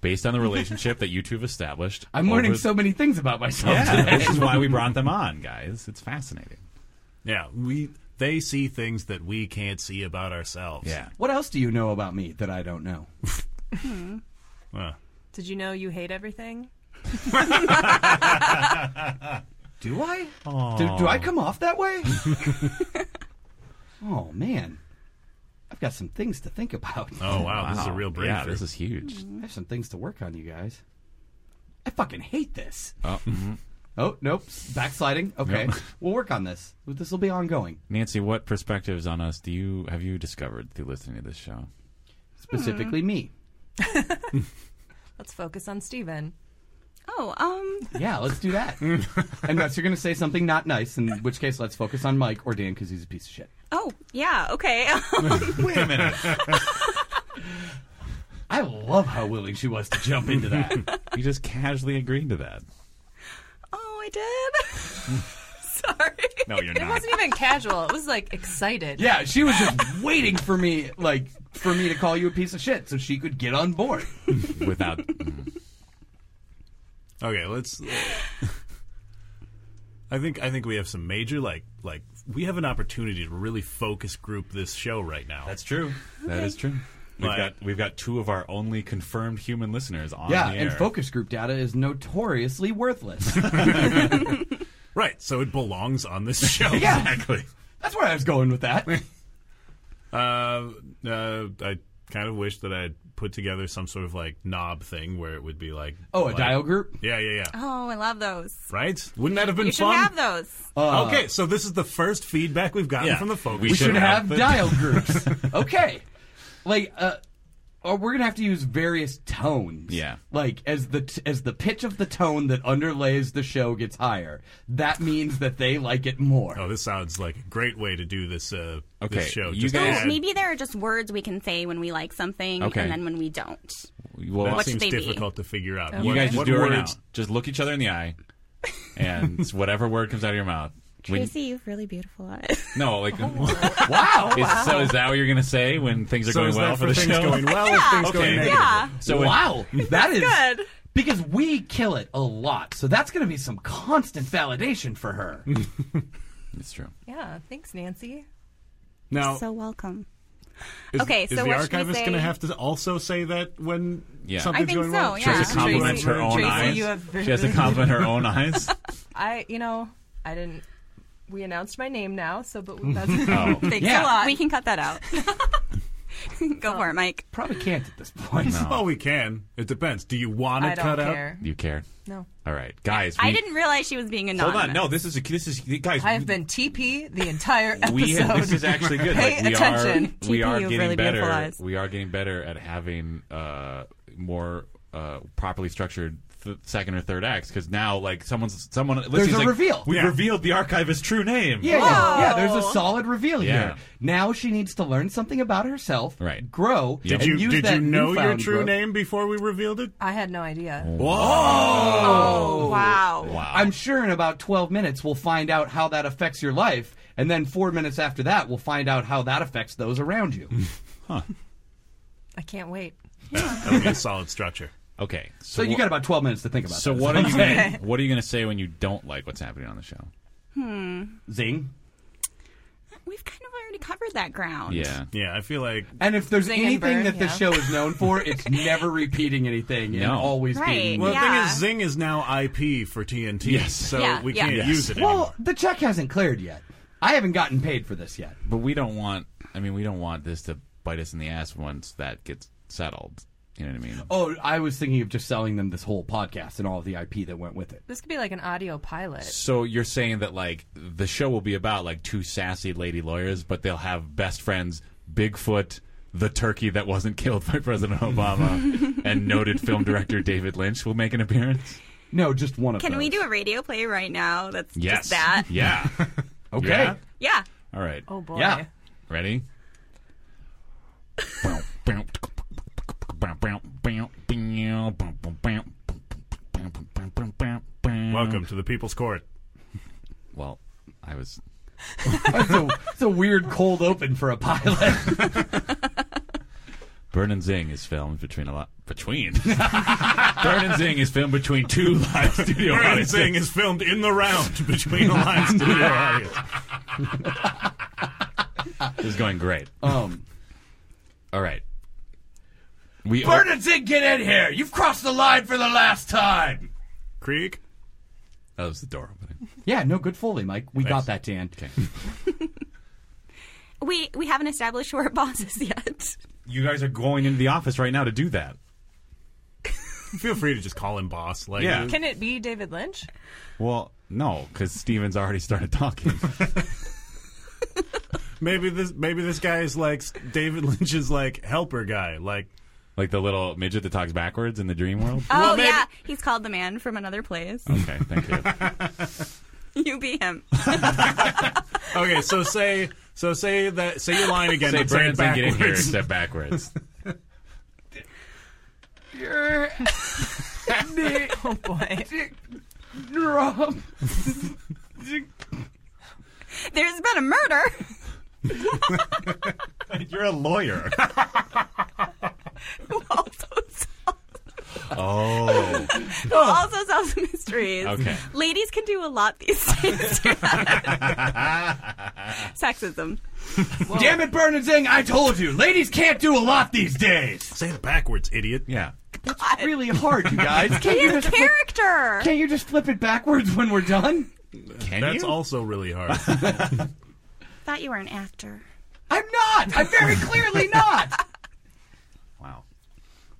C: based on the relationship that you two have established.
B: I'm learning
C: over-
B: so many things about myself
C: Yeah,
B: today.
C: this is why we brought them on, guys. It's fascinating.
A: yeah, we they see things that we can't see about ourselves.
C: Yeah.
B: What else do you know about me that I don't know?
A: Uh,
D: Did you know you hate everything?
B: Do I? Do, do I come off that way? oh man, I've got some things to think about.
A: oh wow, this is a
C: Wow.
A: real breakthrough.
C: Yeah, this is huge.
B: I have some things to work on, you guys. I fucking hate this.
C: Oh, mhm.
B: Oh nope, backsliding. Okay, we'll work on this. This will be ongoing.
C: Nancy, what perspectives on us do you have you discovered through listening to this show?
B: Specifically me.
D: Let's focus on Steven.
E: oh, um,
B: Yeah, let's do that. Unless you're going to say something not nice, in which case let's focus on Mike or Dan because he's a piece of shit.
E: oh, yeah, okay. Oh,
C: Wait a minute.
B: I love how willing she was to jump into that.
C: you just casually agreed to that.
E: oh, I did. Sorry.
C: No, you're
D: It wasn't even casual. It was like excited.
B: Yeah, she was just waiting for me, like for me to call you a piece of shit, so she could get on board.
C: Without mm.
A: Okay, let's. I think I think we have some major like like we have an opportunity to really focus group this show right now.
C: That's true. That is true. We've
A: Right.
C: got we've got two of our only confirmed human listeners on
B: Yeah,
C: the
B: and
C: air.
B: focus group data is notoriously worthless.
A: right, so it belongs on this show.
B: Yeah.
A: exactly.
B: That's where I was going with that.
A: Uh, uh, I kind of wish that I had put together some sort of like knob thing where it would be like
B: Oh, a
A: like-
B: dial group.
A: Yeah, yeah, yeah.
E: Oh, I love those.
A: Right? Wouldn't that have been
E: You should
A: fun?
E: have those.
A: okay, so this is the first feedback we've gotten
C: Yeah.
A: from the folks.
C: We
B: Uh, We should
C: should
B: have
C: have the-
B: dial groups. Okay, like uh, uh, we're gonna have to use various tones.
C: Yeah.
B: like as the t- as the pitch of the tone that underlays the show gets higher, that means that they like it more.
A: Oh, this sounds like a great way to do this. Uh,
C: Okay,
A: this show.
C: you
E: Oh,
A: Just
C: guys-
A: add-
E: Maybe there are just words we can say when we like something
C: Okay.
E: and then when we don't.
C: Well,
A: that
E: What
A: seems
E: should they Uh, be?
A: difficult to figure out.
C: you
A: What-
C: guys just
A: what
C: do it right now.
A: words-
C: Just look each other in the eye, and it's whatever word comes out of your mouth. When-
E: Tracy, you have really beautiful eyes.
C: no, like
B: Wow.
C: is, so is that what you're gonna say when things are
A: So
C: going
A: is
C: well
A: that for,
C: the
A: things
C: show?
A: going well or things
C: Okay.
A: going negative?
E: yeah.
C: so when-
B: wow. That is
E: Good.
B: because we kill it a lot. So that's going to be some constant validation for her.
C: it's true.
D: Yeah, thanks, Nancy.
C: Oh.
A: Now,
E: So welcome.
A: is,
E: Okay,
A: is
E: so
A: the
E: what should we
A: archivist
E: say?
A: going to have to also say that when
C: Yeah.
A: something's
E: I think
A: going
E: so,
A: well?
C: She
E: yeah. Tracy-
C: has to compliment her own
D: Tracy,
C: eyes.
D: you have
C: she has to compliment her own eyes.
D: I, you know, I didn't. We announced my name now, so but that's
C: Oh.
D: thanks
B: Yeah.
D: a lot.
E: We can cut that out. Go for it, Mike.
B: Probably can't at this point.
A: Well, we can. It depends. Do you want
D: I
A: it
D: don't
A: cut out?
D: care.
C: You care.
D: No,
C: All right, guys.
E: I
C: we-
E: didn't realize she was being
C: Hold
E: anonymous.
C: on. No, this is a, this is guys.
D: I have been TP the entire episode.
C: we this is actually good.
D: Pay
C: like, we
D: attention.
C: are we
E: TP,
C: are
E: you have
C: getting
E: really
C: better.
E: beautiful eyes.
C: We are getting better at having uh, more uh, properly structured th- second or third acts because now like someone's someone listening's
B: a
C: like,
B: reveal.
C: We
A: Yeah.
C: revealed the archivist's true name.
B: Yeah, yeah,
E: Whoa.
B: yeah, there's a solid reveal
C: Yeah.
B: here. Now she needs to learn something about herself,
C: Right.
B: grow,
C: Did
B: and
C: you-
B: use
A: Did
B: that
A: you know your
B: newfound
A: true
B: growth.
A: name before we revealed it?
D: I had
B: Oh.
D: no idea.
A: Whoa!
E: Oh, wow.
C: Wow.
B: I'm sure in about 12 minutes we'll find out how that affects your life, and then four minutes after that we'll find out how that affects those around you.
D: I can't wait.
A: That'll be a solid structure.
C: okay.
B: so
C: So,
B: you
C: wh-
B: got about 12 minutes to think about.
C: So
B: this.
C: what are you gonna, what are you going to say when you don't like what's happening on the show?
B: Zing.
E: We've kind of already covered that ground.
C: Yeah.
A: Yeah, I feel like
B: And if there's
D: Zing and
B: anything
D: burn,
B: that
D: yeah.
B: this show is known for, it's never repeating anything and
C: No.
B: always
E: Right.
B: being.
A: Well,
E: Yeah.
A: the thing is, Zing is now IP for TNT,
C: Yes.
A: so
E: Yeah,
A: we
E: yeah.
A: can't
E: Yes.
A: use it anymore.
B: well, the check hasn't cleared yet. I haven't gotten paid for this yet.
C: But we don't want. I mean, we don't want this to bite us in the ass once that gets settled. You know what I mean?
B: Oh, I was thinking of just selling them this whole podcast and all of the IP that went with it.
D: This could be like an audio pilot.
C: So you're saying that like the show will be about like two sassy lady lawyers, but they'll have best friends Bigfoot, the turkey that wasn't killed by President Obama, and noted film director David Lynch will make an appearance.
B: No, just one of
E: Can
B: those.
E: we do a radio play right now? That's
C: Yes.
E: just that.
C: Yeah.
B: Okay.
C: Yeah.
E: Yeah.
C: All right.
D: Oh boy.
B: Yeah.
C: Ready?
A: Welcome to the People's Court.
C: Well, I was.
B: It's a, it's a weird cold open for a pilot.
C: Burn and Zing is filmed between a lot between. Burn and Zing is filmed between two live studio
A: Burn and
C: audiences.
A: Zing is filmed in the round between the lines to the audience.
C: This is going great.
B: Um,
C: All right. We
B: Zig, get in here! You've crossed the line for the last time.
A: Krieg,
C: that was the door opening.
B: Yeah, no, good foley, Mike. We got that, Dan.
C: Okay.
E: We we haven't established who our boss is yet.
C: You guys are going into the office right now to do that.
A: feel free to just call him boss. Like, uh,
C: Yeah.
D: Can it be David Lynch?
C: Well, no, because Steven's already started talking.
A: maybe this maybe this guy is like David Lynch's like helper guy. Like,
C: like the little midget that talks backwards in the dream world.
E: Oh yeah. He's called the man from another place.
C: Okay, thank you.
E: you be him.
A: okay, so say so say that say your line again.
C: Say
A: but say
C: Burn
A: it
C: and Zing, get in here,
A: backwards.
C: step backwards.
D: Oh boy.
E: There's been a murder.
C: You're a lawyer.
E: who also solves,
C: Oh,
E: who also solves mysteries.
C: okay.
E: Ladies can do a lot these days. Sexism.
B: Damn it, Burn and Zing! I told you, ladies can't do a lot these days.
A: Say it backwards, idiot.
C: Yeah.
B: It's really hard, you guys. Can't you
E: His
B: just flip,
E: character.
B: can't you just flip it backwards when we're done?
C: Can
A: That's
C: you?
A: also really hard.
E: Thought you were an actor.
B: I'm not. I'm very clearly not.
C: Wow.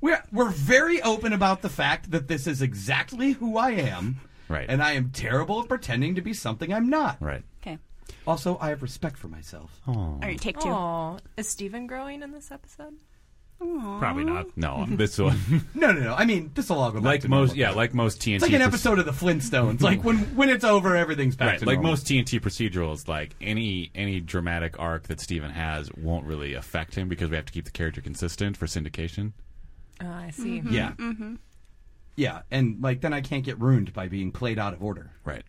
B: We're we're very open about the fact that this is exactly who I am.
C: Right.
B: And I am terrible at pretending to be something I'm not.
C: Right.
E: Okay.
B: Also, I have respect for myself.
E: All right, take two.
D: Oh, is Steven growing in this episode?
A: Probably not.
C: No, this one,
B: No, no, no. I mean, this will all go back
C: like
B: to
C: most,
B: normal.
C: yeah, like most TNT.
B: It's like an episode of the Flintstones. Like when when it's over, everything's back
C: Right,
B: to
C: like
B: normal.
C: most TNT procedurals, like any any dramatic arc that Steven has won't really affect him because we have to keep the character consistent for syndication.
D: Oh, I see.
B: Yeah. Mm-hmm. Yeah, and like then I can't get ruined by being played out of order.
C: Right.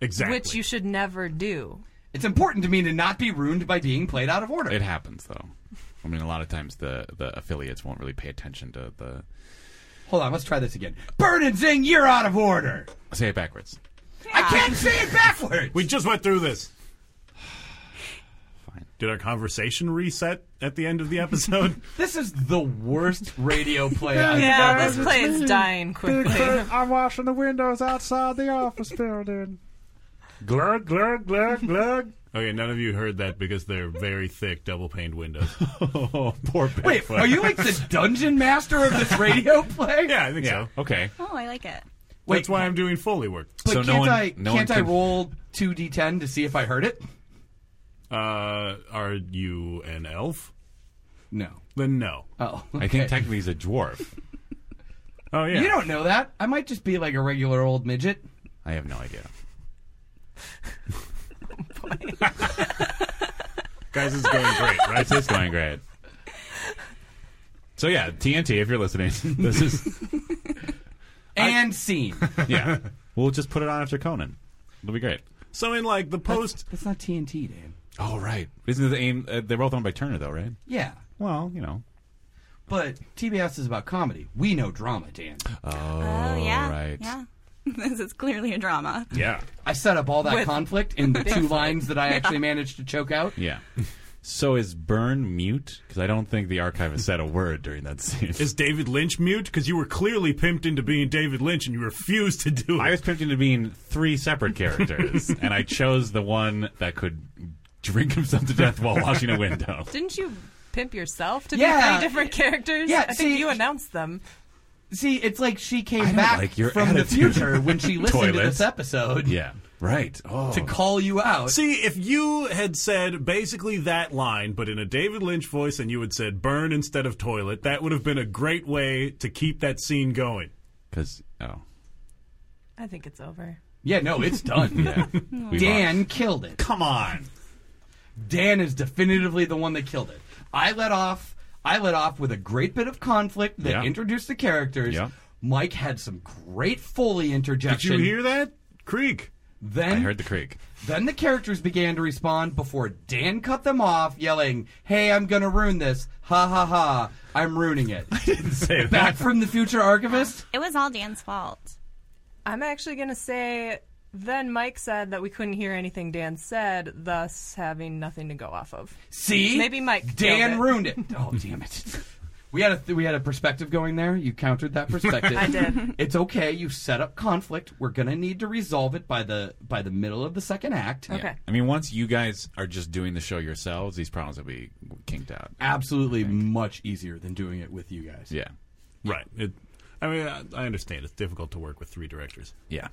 A: Exactly.
D: Which you should never do.
B: It's important to me to not be ruined by being played out of order.
C: It happens though. I mean, a lot of times the the affiliates won't really pay attention to the.
B: Hold on, let's try this again. Burn and zing, you're out of order.
C: Say it backwards.
B: I can't say it backwards.
A: we just went through this.
C: Fine.
A: Did our conversation reset at the end of the episode?
B: This is the worst radio play I've
D: Yeah,
B: ever.
D: this play is dying quickly.
F: Bigfoot, I'm washing the windows outside the office building. Glug, glug, glug, glug.
A: okay, none of you heard that because they're very thick, double paned windows.
C: Oh, poor
B: Wait, are you like the dungeon master of this radio play?
A: Yeah, I think so.
C: Okay.
E: Oh, I like it.
B: Wait,
A: That's why I'm doing Foley work.
B: But
C: So no
B: can't
C: one-
B: I
C: no one
B: can't I
C: can-
B: roll two d10 to see if I heard it?
A: Uh, are you an elf?
B: No.
A: Then no.
B: Oh,
C: I think technically he's a dwarf.
A: Oh yeah.
B: you don't know that. I might just be like a regular old midget.
C: I have no idea.
A: guys, it's going great, right?
C: This is going great. So yeah, TNT, if you're listening, this is
B: And scene.
C: yeah. We'll just put it on after Conan. It'll be great.
A: So in like the post,
B: That's not TNT, Dan.
C: Oh right, isn't the aim? Uh, they're both owned by Turner though, right?
B: Yeah,
C: Well, you know.
B: but TBS is about comedy. We know drama, Dan.
C: Oh,
E: Oh, yeah.
C: right.
E: Yeah. this is clearly a drama.
A: yeah,
B: I set up all that
D: With-
B: conflict in the two lines that I actually managed to choke out.
C: Yeah. So is Burn mute? Because I don't think the archivist said a word during that scene.
A: is David Lynch mute? Because you were clearly pimped into being David Lynch, and you refused to do it.
C: I was pimped into being three separate characters, and I chose the one that could drink himself to death while washing a window.
D: Didn't you pimp yourself to
B: Yeah.
D: be three different characters?
B: Yeah,
D: I think
B: see-
D: you announced them.
B: See, it's like she
C: I
B: came
C: don't
B: back
C: like your
B: from the
C: attitude,
B: future when she listened to
C: toilets.
B: this episode
C: Yeah. Right. Oh.
B: to call you out.
A: See, if you had said basically that line, but in a David Lynch voice, and you had said "burn" instead of "toilet," that would have been a great way to keep that scene going.
C: Because oh
D: I think it's over.
B: yeah, no, it's done.
C: yeah. We
B: Dan killed it.
A: Come on,
B: Dan is definitively the one that killed it. I let off. I let off with a great bit of conflict that
C: Yeah.
B: introduced the characters.
C: Yeah.
B: Mike had some great Foley
A: did
B: interjection.
A: you hear that? Creek.
B: Then
C: I heard the creak.
B: Then the characters began to respond before Dan cut them off, yelling, Hey, I'm gonna ruin this. Ha ha ha. I'm ruining it.
C: Say that.
B: Back from the future archivist?
E: It was all Dan's fault.
D: I'm actually going to say then Mike said that we couldn't hear anything Dan said, thus having nothing to go off of.
B: See?
D: Maybe Mike
B: Dan
D: killed it.
B: ruined it. Oh, damn it. We had a we had a perspective going there. You countered that perspective. I
D: did.
B: It's okay. You set up conflict. We're gonna need to resolve it by the by the middle of the second act.
D: Okay.
C: I mean, once you guys are just doing the show yourselves, these problems will be kinked out.
B: Absolutely, much easier than doing it with you guys.
C: Yeah.
A: Right. It, I mean, I, I understand it's difficult to work with three directors.
C: Yeah.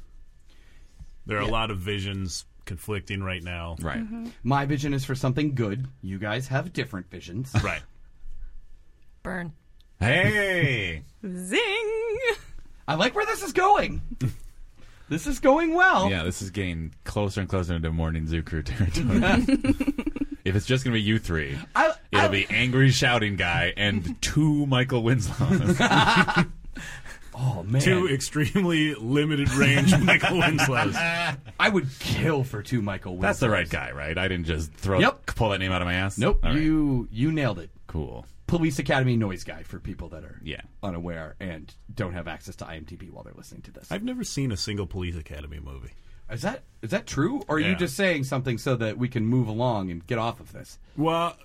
A: There are a lot of visions conflicting right now.
C: Right.
B: My vision is for something good. You guys have different visions.
A: Right.
D: Burn.
C: Hey.
E: Zing!
B: I like where this is going. this is going well.
C: yeah, this is getting closer and closer into morning zoo crew territory. if it's just gonna be you three,
B: I,
C: it'll
B: I-
C: be angry shouting guy and two Michael Winslows.
B: oh man,
A: Two extremely limited range Michael Winslows.
B: I would kill for two Michael.
C: That's the
B: Winslow's.
C: right guy, right? I didn't just throw
B: Yep.
C: pull that name out of my ass.
B: Nope,
C: All right.
B: you you nailed it.
C: cool.
B: Police Academy noise guy for people that are
C: Yeah.
B: unaware and don't have access to IMDb while they're listening to this.
A: I've never seen a single Police Academy movie.
B: is that is that true, or are
A: Yeah.
B: you just saying something so that we can move along and get off of this?
A: Well,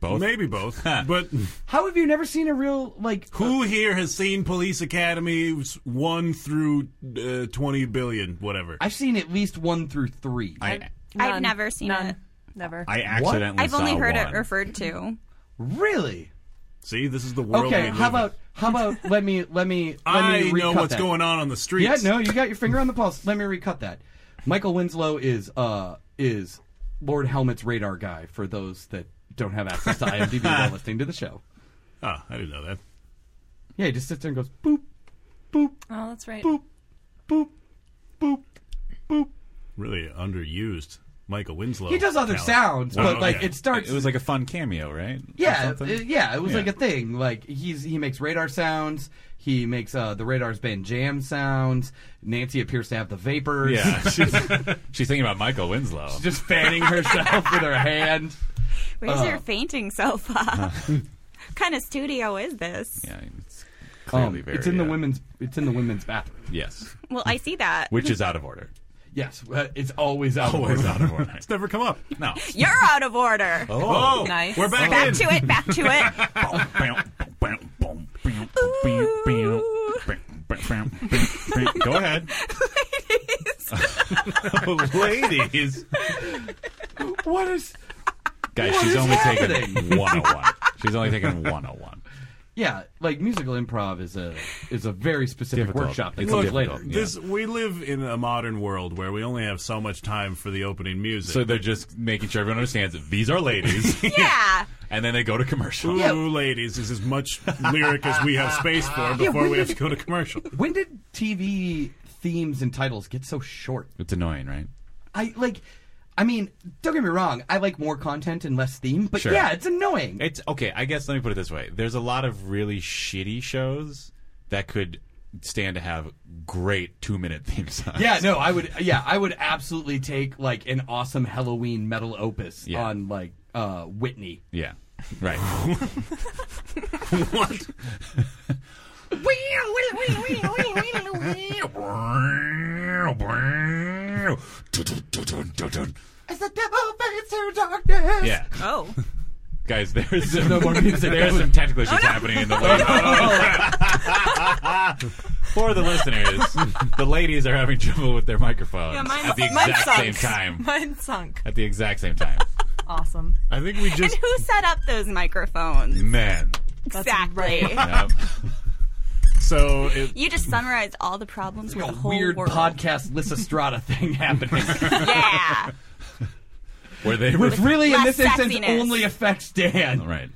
C: Both?
A: Maybe both. but
B: How have you never seen a real like?
A: who here has seen Police Academy 1 through uh, 20 billion, whatever?
B: I've seen at least one through three.
C: I
E: I've
D: None.
E: never seen
D: None.
E: it.
D: Never.
C: I accidentally
E: I've only
C: saw
E: heard
C: one.
E: it referred to.
B: really?
A: See, this is the world we
B: Okay.
A: live
B: How
A: in.
B: about how about let me let me let
A: I
B: me
A: know
B: recut
A: what's
B: that.
A: going on on the streets.
B: Yeah, no, you got your finger on the pulse. Let me recut that. Michael Winslow is uh is Lord Helmet's radar guy for those that don't have access to IMDb while listening to the show.
A: Ah, I didn't know that.
B: Yeah, he just sits there and goes boop, boop,
D: oh, that's right.
B: boop, boop, boop.
A: Really underused. Michael Winslow.
B: He does other
A: talent.
B: sounds, but
A: Oh,
B: like
A: okay.
B: it starts.
C: It was like a fun cameo, right? Or
B: yeah,
C: something?
B: it- yeah. It was
C: Yeah.
B: like a thing. Like he's he makes radar sounds. He makes uh, the radar's band jam sounds. Nancy appears to have the vapors.
C: Yeah, she's, she's thinking about Michael Winslow.
B: just fanning herself with her hand.
E: Where's
C: Oh.
E: your fainting sofa? kind of studio is this?
C: yeah, it's
B: Um,
C: clearly very.
B: it's in the
C: uh,
B: women's. It's in the women's bathroom.
C: Yes,
E: Well, I see that.
C: which is out of order.
B: Yes, uh, it's always out. of
C: Always
B: order.
C: out of order.
A: It's never come up.
C: No.
E: You're out of order.
A: Oh,
D: Nice.
A: We're back
E: Back
A: in.
E: to it. Back to it.
C: Go ahead.
A: ladies.
B: What is?
C: Guys,
B: What
C: she's
B: is
C: only
B: happening?
C: taking 101. She's only taking 101.
B: Yeah, like musical improv is a is a very specific
C: Difficult.
B: workshop that
C: It's
B: comes
C: difficult.
B: later.
C: Yeah.
A: This we live in a modern world where we only have so much time for the opening music.
C: So they're just making sure everyone understands that these are ladies,
E: Yeah.
C: and then they go to commercial.
A: Ooh, ladies is as much lyric as we have space for before we have to go to commercial.
B: When did TV themes and titles get so short?
C: It's annoying, right?
B: I like. I mean, don't get me wrong. I like more content and less theme, but
C: Sure.
B: yeah, it's annoying.
C: It's okay. I guess let me put it this way: there's a lot of really shitty shows that could stand to have great two-minute theme songs.
B: yeah, no, I would. Yeah, I would absolutely take like an awesome Halloween metal opus
C: Yeah.
B: on like uh, Whitney.
C: yeah, right. what?
B: As the devil fades through darkness.
C: yeah,
E: Oh.
C: guys, there's some,
B: no more music.
C: There's some technical issues happening in the ladies. For the listeners, the ladies are having trouble with their microphones
E: Yeah, mine-
C: at the
E: mine
C: exact same
E: sucks.
C: time.
D: Mine sunk.
C: At the exact same time,
D: Awesome.
A: I think we just
E: Who set up those microphones?
C: man.
E: exactly.
C: Yep.
A: so it,
E: You just summarized all the problems with
B: A
E: the whole
B: weird
E: world.
B: podcast Lysistrata thing happening,
E: Yeah.
C: Where they were
B: which really in
E: Less
B: this instance
E: sexiness.
B: only affects Dan.
C: right.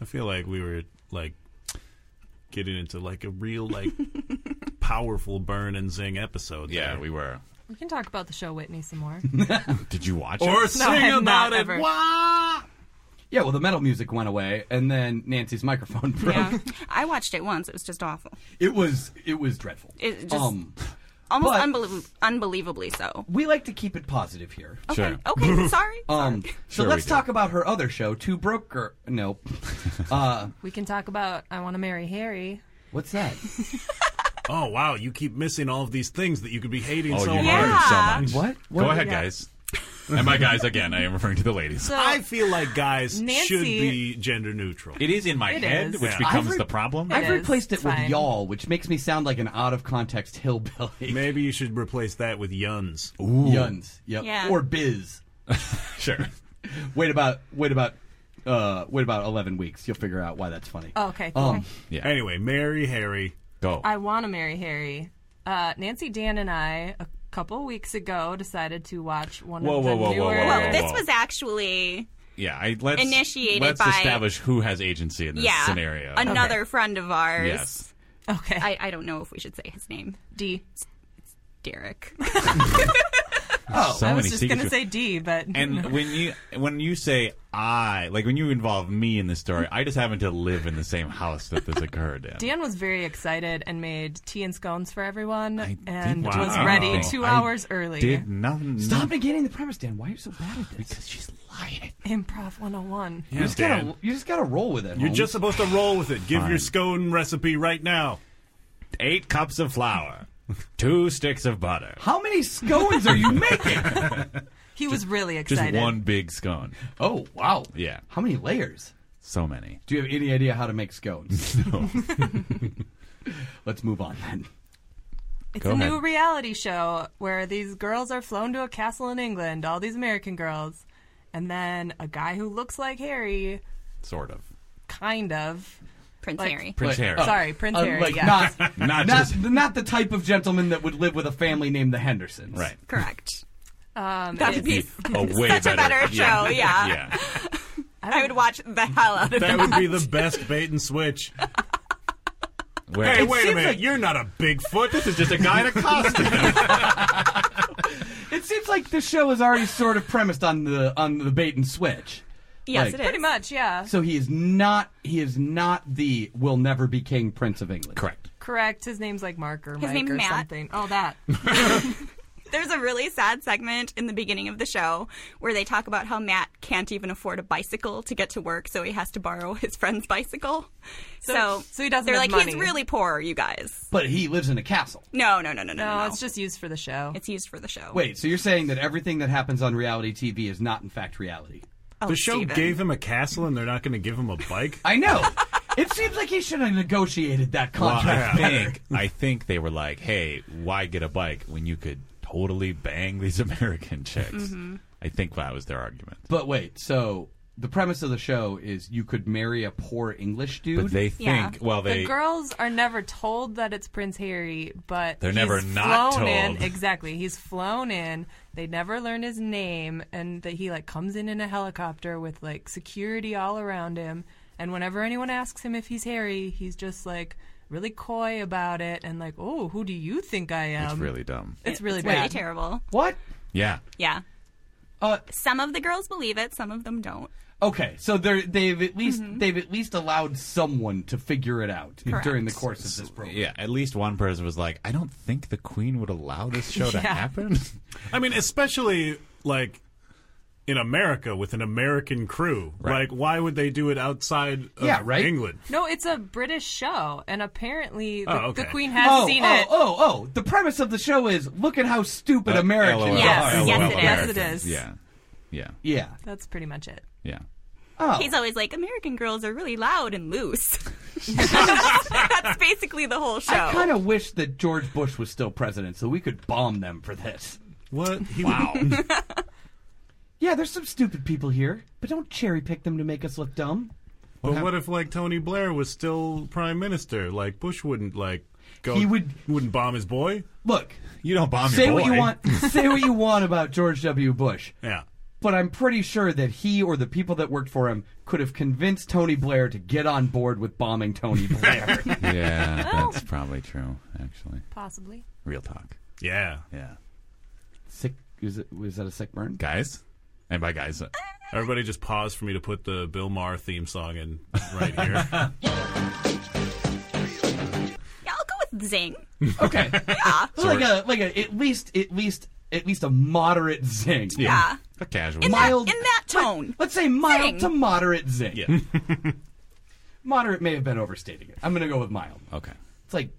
A: I feel like we were like getting into like a real like powerful burn and zing episode.
C: Yeah,
A: there.
C: we were.
D: We can talk about the show Whitney some more.
C: Did you watch
A: or
C: it?
A: sing
D: I have
A: about
D: not
A: it.
D: ever.
A: Wah!
B: Yeah, well, the metal music went away, and then Nancy's microphone broke.
E: yeah. I watched it once. It was just awful.
B: It was it was dreadful.
E: It just-
B: um,
E: Almost
B: But-
E: unbelie- unbelievably so.
B: we like to keep it positive here.
E: Okay.
C: Sure.
E: Okay. Sorry.
B: Um, so
C: Sure we
B: let's
C: do.
B: talk about her other show, Two Broke Girl. No, uh,
D: We can talk about I Want to Marry Harry.
B: what's that?
A: Oh wow, you keep missing all of these things that you could be hating
C: Oh,
A: so
C: you
A: hard.
E: Yeah.
C: heard so much.
B: What? What?
C: Go ahead, guys. and by guys, again, I am referring to the ladies.
D: So
A: I feel like guys
D: Nancy-
A: should be gender neutral.
C: it is in my
D: It
C: head,
D: is.
C: which
A: Yeah.
C: becomes
B: I've re-
C: the problem.
B: I've
D: It is.
B: replaced it
D: It's
B: with
D: fine.
B: y'all, which makes me sound like an out of context hillbilly.
A: Maybe you should replace that with yuns.
B: Yuns. Yep.
E: Yeah.
B: Or biz.
C: sure.
B: Wait about wait about uh wait about eleven weeks. You'll figure out why that's funny.
D: Oh, okay.
B: Um,
C: Yeah.
A: Anyway, Mary Harry.
C: go.
D: I Want to Marry Harry. Uh, Nancy Dan and I, a couple weeks ago, decided to watch one
C: Whoa,
D: of
C: whoa,
D: the
C: whoa, whoa,
D: newer.
C: whoa, whoa,
E: well,
C: whoa.
E: this was actually
C: yeah. I, let's
E: Initiated
C: Let's
E: by-
C: establish who has agency in this
E: yeah
C: scenario.
E: another friend of ours.
C: Yes.
D: Okay.
E: I, I don't know if we should say his name.
D: D.
E: Derek.
C: So
D: Oh, I was
C: many
D: just
C: secrets.
D: gonna say D, but
C: and when you when you say I, like when you involve me in the story, I just happen to live in the same house that this occurred in.
D: Dan was very excited and made tea and scones for everyone
C: I did
D: and was
C: not
D: ready
C: think-
D: two
C: I
D: hours early.
C: Did nothing.
B: Stop negating the premise, Dan. Why are you so bad at this?
C: because she's lying.
D: Improv 101.
B: you just gotta you just gotta roll with it.
A: You're
B: Holmes.
A: just supposed to roll with it. Give
C: Fine.
A: your scone recipe right now.
C: Eight cups of flour, two sticks of butter,
B: how many scones are you making?
D: He was really
C: just
D: excited.
C: one big scone.
B: Oh wow.
C: Yeah.
B: How many layers?
C: So many.
B: Do you have any idea how to make scones?
C: No.
B: Let's move on then.
D: It's
C: Go
D: a new
C: ahead.
D: reality show where these girls are flown to a castle in England, all these American girls, and then a guy who looks like Harry,
C: sort of.
D: kind of.
E: Prince
D: Like-
E: Harry.
C: Prince
B: Like,
C: Harry.
B: uh,
D: Sorry, Prince
B: Uh,
D: Harry.
B: like
D: yeah.
B: not
C: Not,
B: not
C: just
B: not the type of gentleman that would live with a family named the Hendersons.
C: right.
E: Correct.
D: um,
E: That would
D: it's-
E: be
C: A way
E: such
C: better,
E: a better
C: yeah.
E: show. Yeah.
C: Yeah.
E: I would watch the hell out of
A: That
E: that.
A: would be the best bait and switch.
C: Where,
A: Hey, wait a
B: seems
A: minute.
B: like-
A: You're not a Bigfoot. This is
C: just a guy in a costume.
B: It seems like the show is already sort of premised on the on the bait and switch.
E: Yes,
B: Like-
E: it is.
D: Pretty much, yeah.
B: So he is not he is not the will never be king prince of England.
C: Correct.
D: Correct. His name's like Mark or Mike
E: name
D: or
E: Matt.
D: something. All that.
E: There's a really sad segment in the beginning of the show where they talk about how Matt can't even afford a bicycle to get to work, so he has to borrow his friend's bicycle. So,
D: so he doesn't
E: They're
D: have
E: like, he's
D: money."
E: really poor, you guys.
B: But he lives in a castle.
E: No, no, no, no, no,
D: No,
E: no.
D: it's just used for the show.
E: it's used for the show.
B: Wait, so you're saying that everything that happens on reality TV is not in fact reality?
E: Oh,
A: the show
E: Steven.
A: gave him a castle, and they're not going to give him a bike.
B: I know. it seems like he should have negotiated that
C: Well, I
B: contract. better.
C: think I think they were like, "Hey, why get a bike when you could totally bang these American chicks?" I think that was their argument.
B: But wait, so the premise of the show is you could marry a poor English dude.
C: But they
E: Yeah.
C: think, well, they
D: the girls are never told that it's Prince Harry, but
C: They're
D: he's
C: never not
D: flown in.
C: told.
D: Exactly, he's flown in. They never learn his name, and that he like comes in in a helicopter with like security all around him. And whenever anyone asks him if he's Harry, he's just like really coy about it and like, "Oh, who do you think I am?"
C: it's really dumb.
D: it's really
E: It's
D: bad.
E: really terrible.
B: what?
C: Yeah,
E: Yeah.
B: Uh,
E: Some of the girls believe it, some of them don't.
B: okay, so they're, they've at least
E: Mm-hmm.
B: they've at least allowed someone to figure it out during the course of this program.
C: yeah. At least one person was like, "I don't think the Queen would allow this show to happen."
A: I mean, especially like in America with an American crew.
C: Right.
A: Like, why would they do it outside of
B: Yeah, right?
A: England?
D: No, it's a British show, and apparently the,
A: Oh, okay.
D: the Queen has
B: Oh,
D: seen
B: oh,
D: it.
B: oh, oh! The premise of the show is look at how
C: Uh,
B: stupid Americans
E: Yes,
B: are.
E: yes, it is.
C: Americans.
D: Yes, it is.
C: Yeah, yeah,
B: Yeah.
D: That's pretty much it.
C: yeah.
B: Oh.
E: He's always like, American girls are really loud and loose. That's basically the whole show.
B: I kind of wish that George Bush was still president so we could bomb them for this.
A: What? He wow.
B: Yeah, there's some stupid people here, but don't cherry pick them to make us look dumb.
A: but what if like Tony Blair was still prime minister? Like Bush wouldn't like go.
B: He would-
A: wouldn't bomb his boy.
B: Look,
C: You don't bomb
B: say
C: your boy.
B: what you want. say what you want about George W. Bush,
A: Yeah.
B: but I'm pretty sure that he or the people that worked for him could have convinced Tony Blair to get on board with bombing Tony Blair.
C: Yeah, that's probably true. Actually,
D: Possibly.
C: real talk.
A: Yeah.
C: Yeah,
B: sick? Is it? Was that a sick burn?
C: guys, and by guys, uh,
A: Everybody just pause for me to put the Bill Maher theme song in right here.
E: yeah, I'll go with Zing.
B: Okay,
E: Yeah.
B: like a like a at least at least at least a moderate zing.
E: yeah.
C: a casual.
E: In
B: Mild-
E: that, in that tone.
B: Let's say mild
E: Zing.
B: to moderate zing.
C: Yeah.
B: Moderate may have been overstating it. I'm gonna go with mild.
C: okay,
B: It's like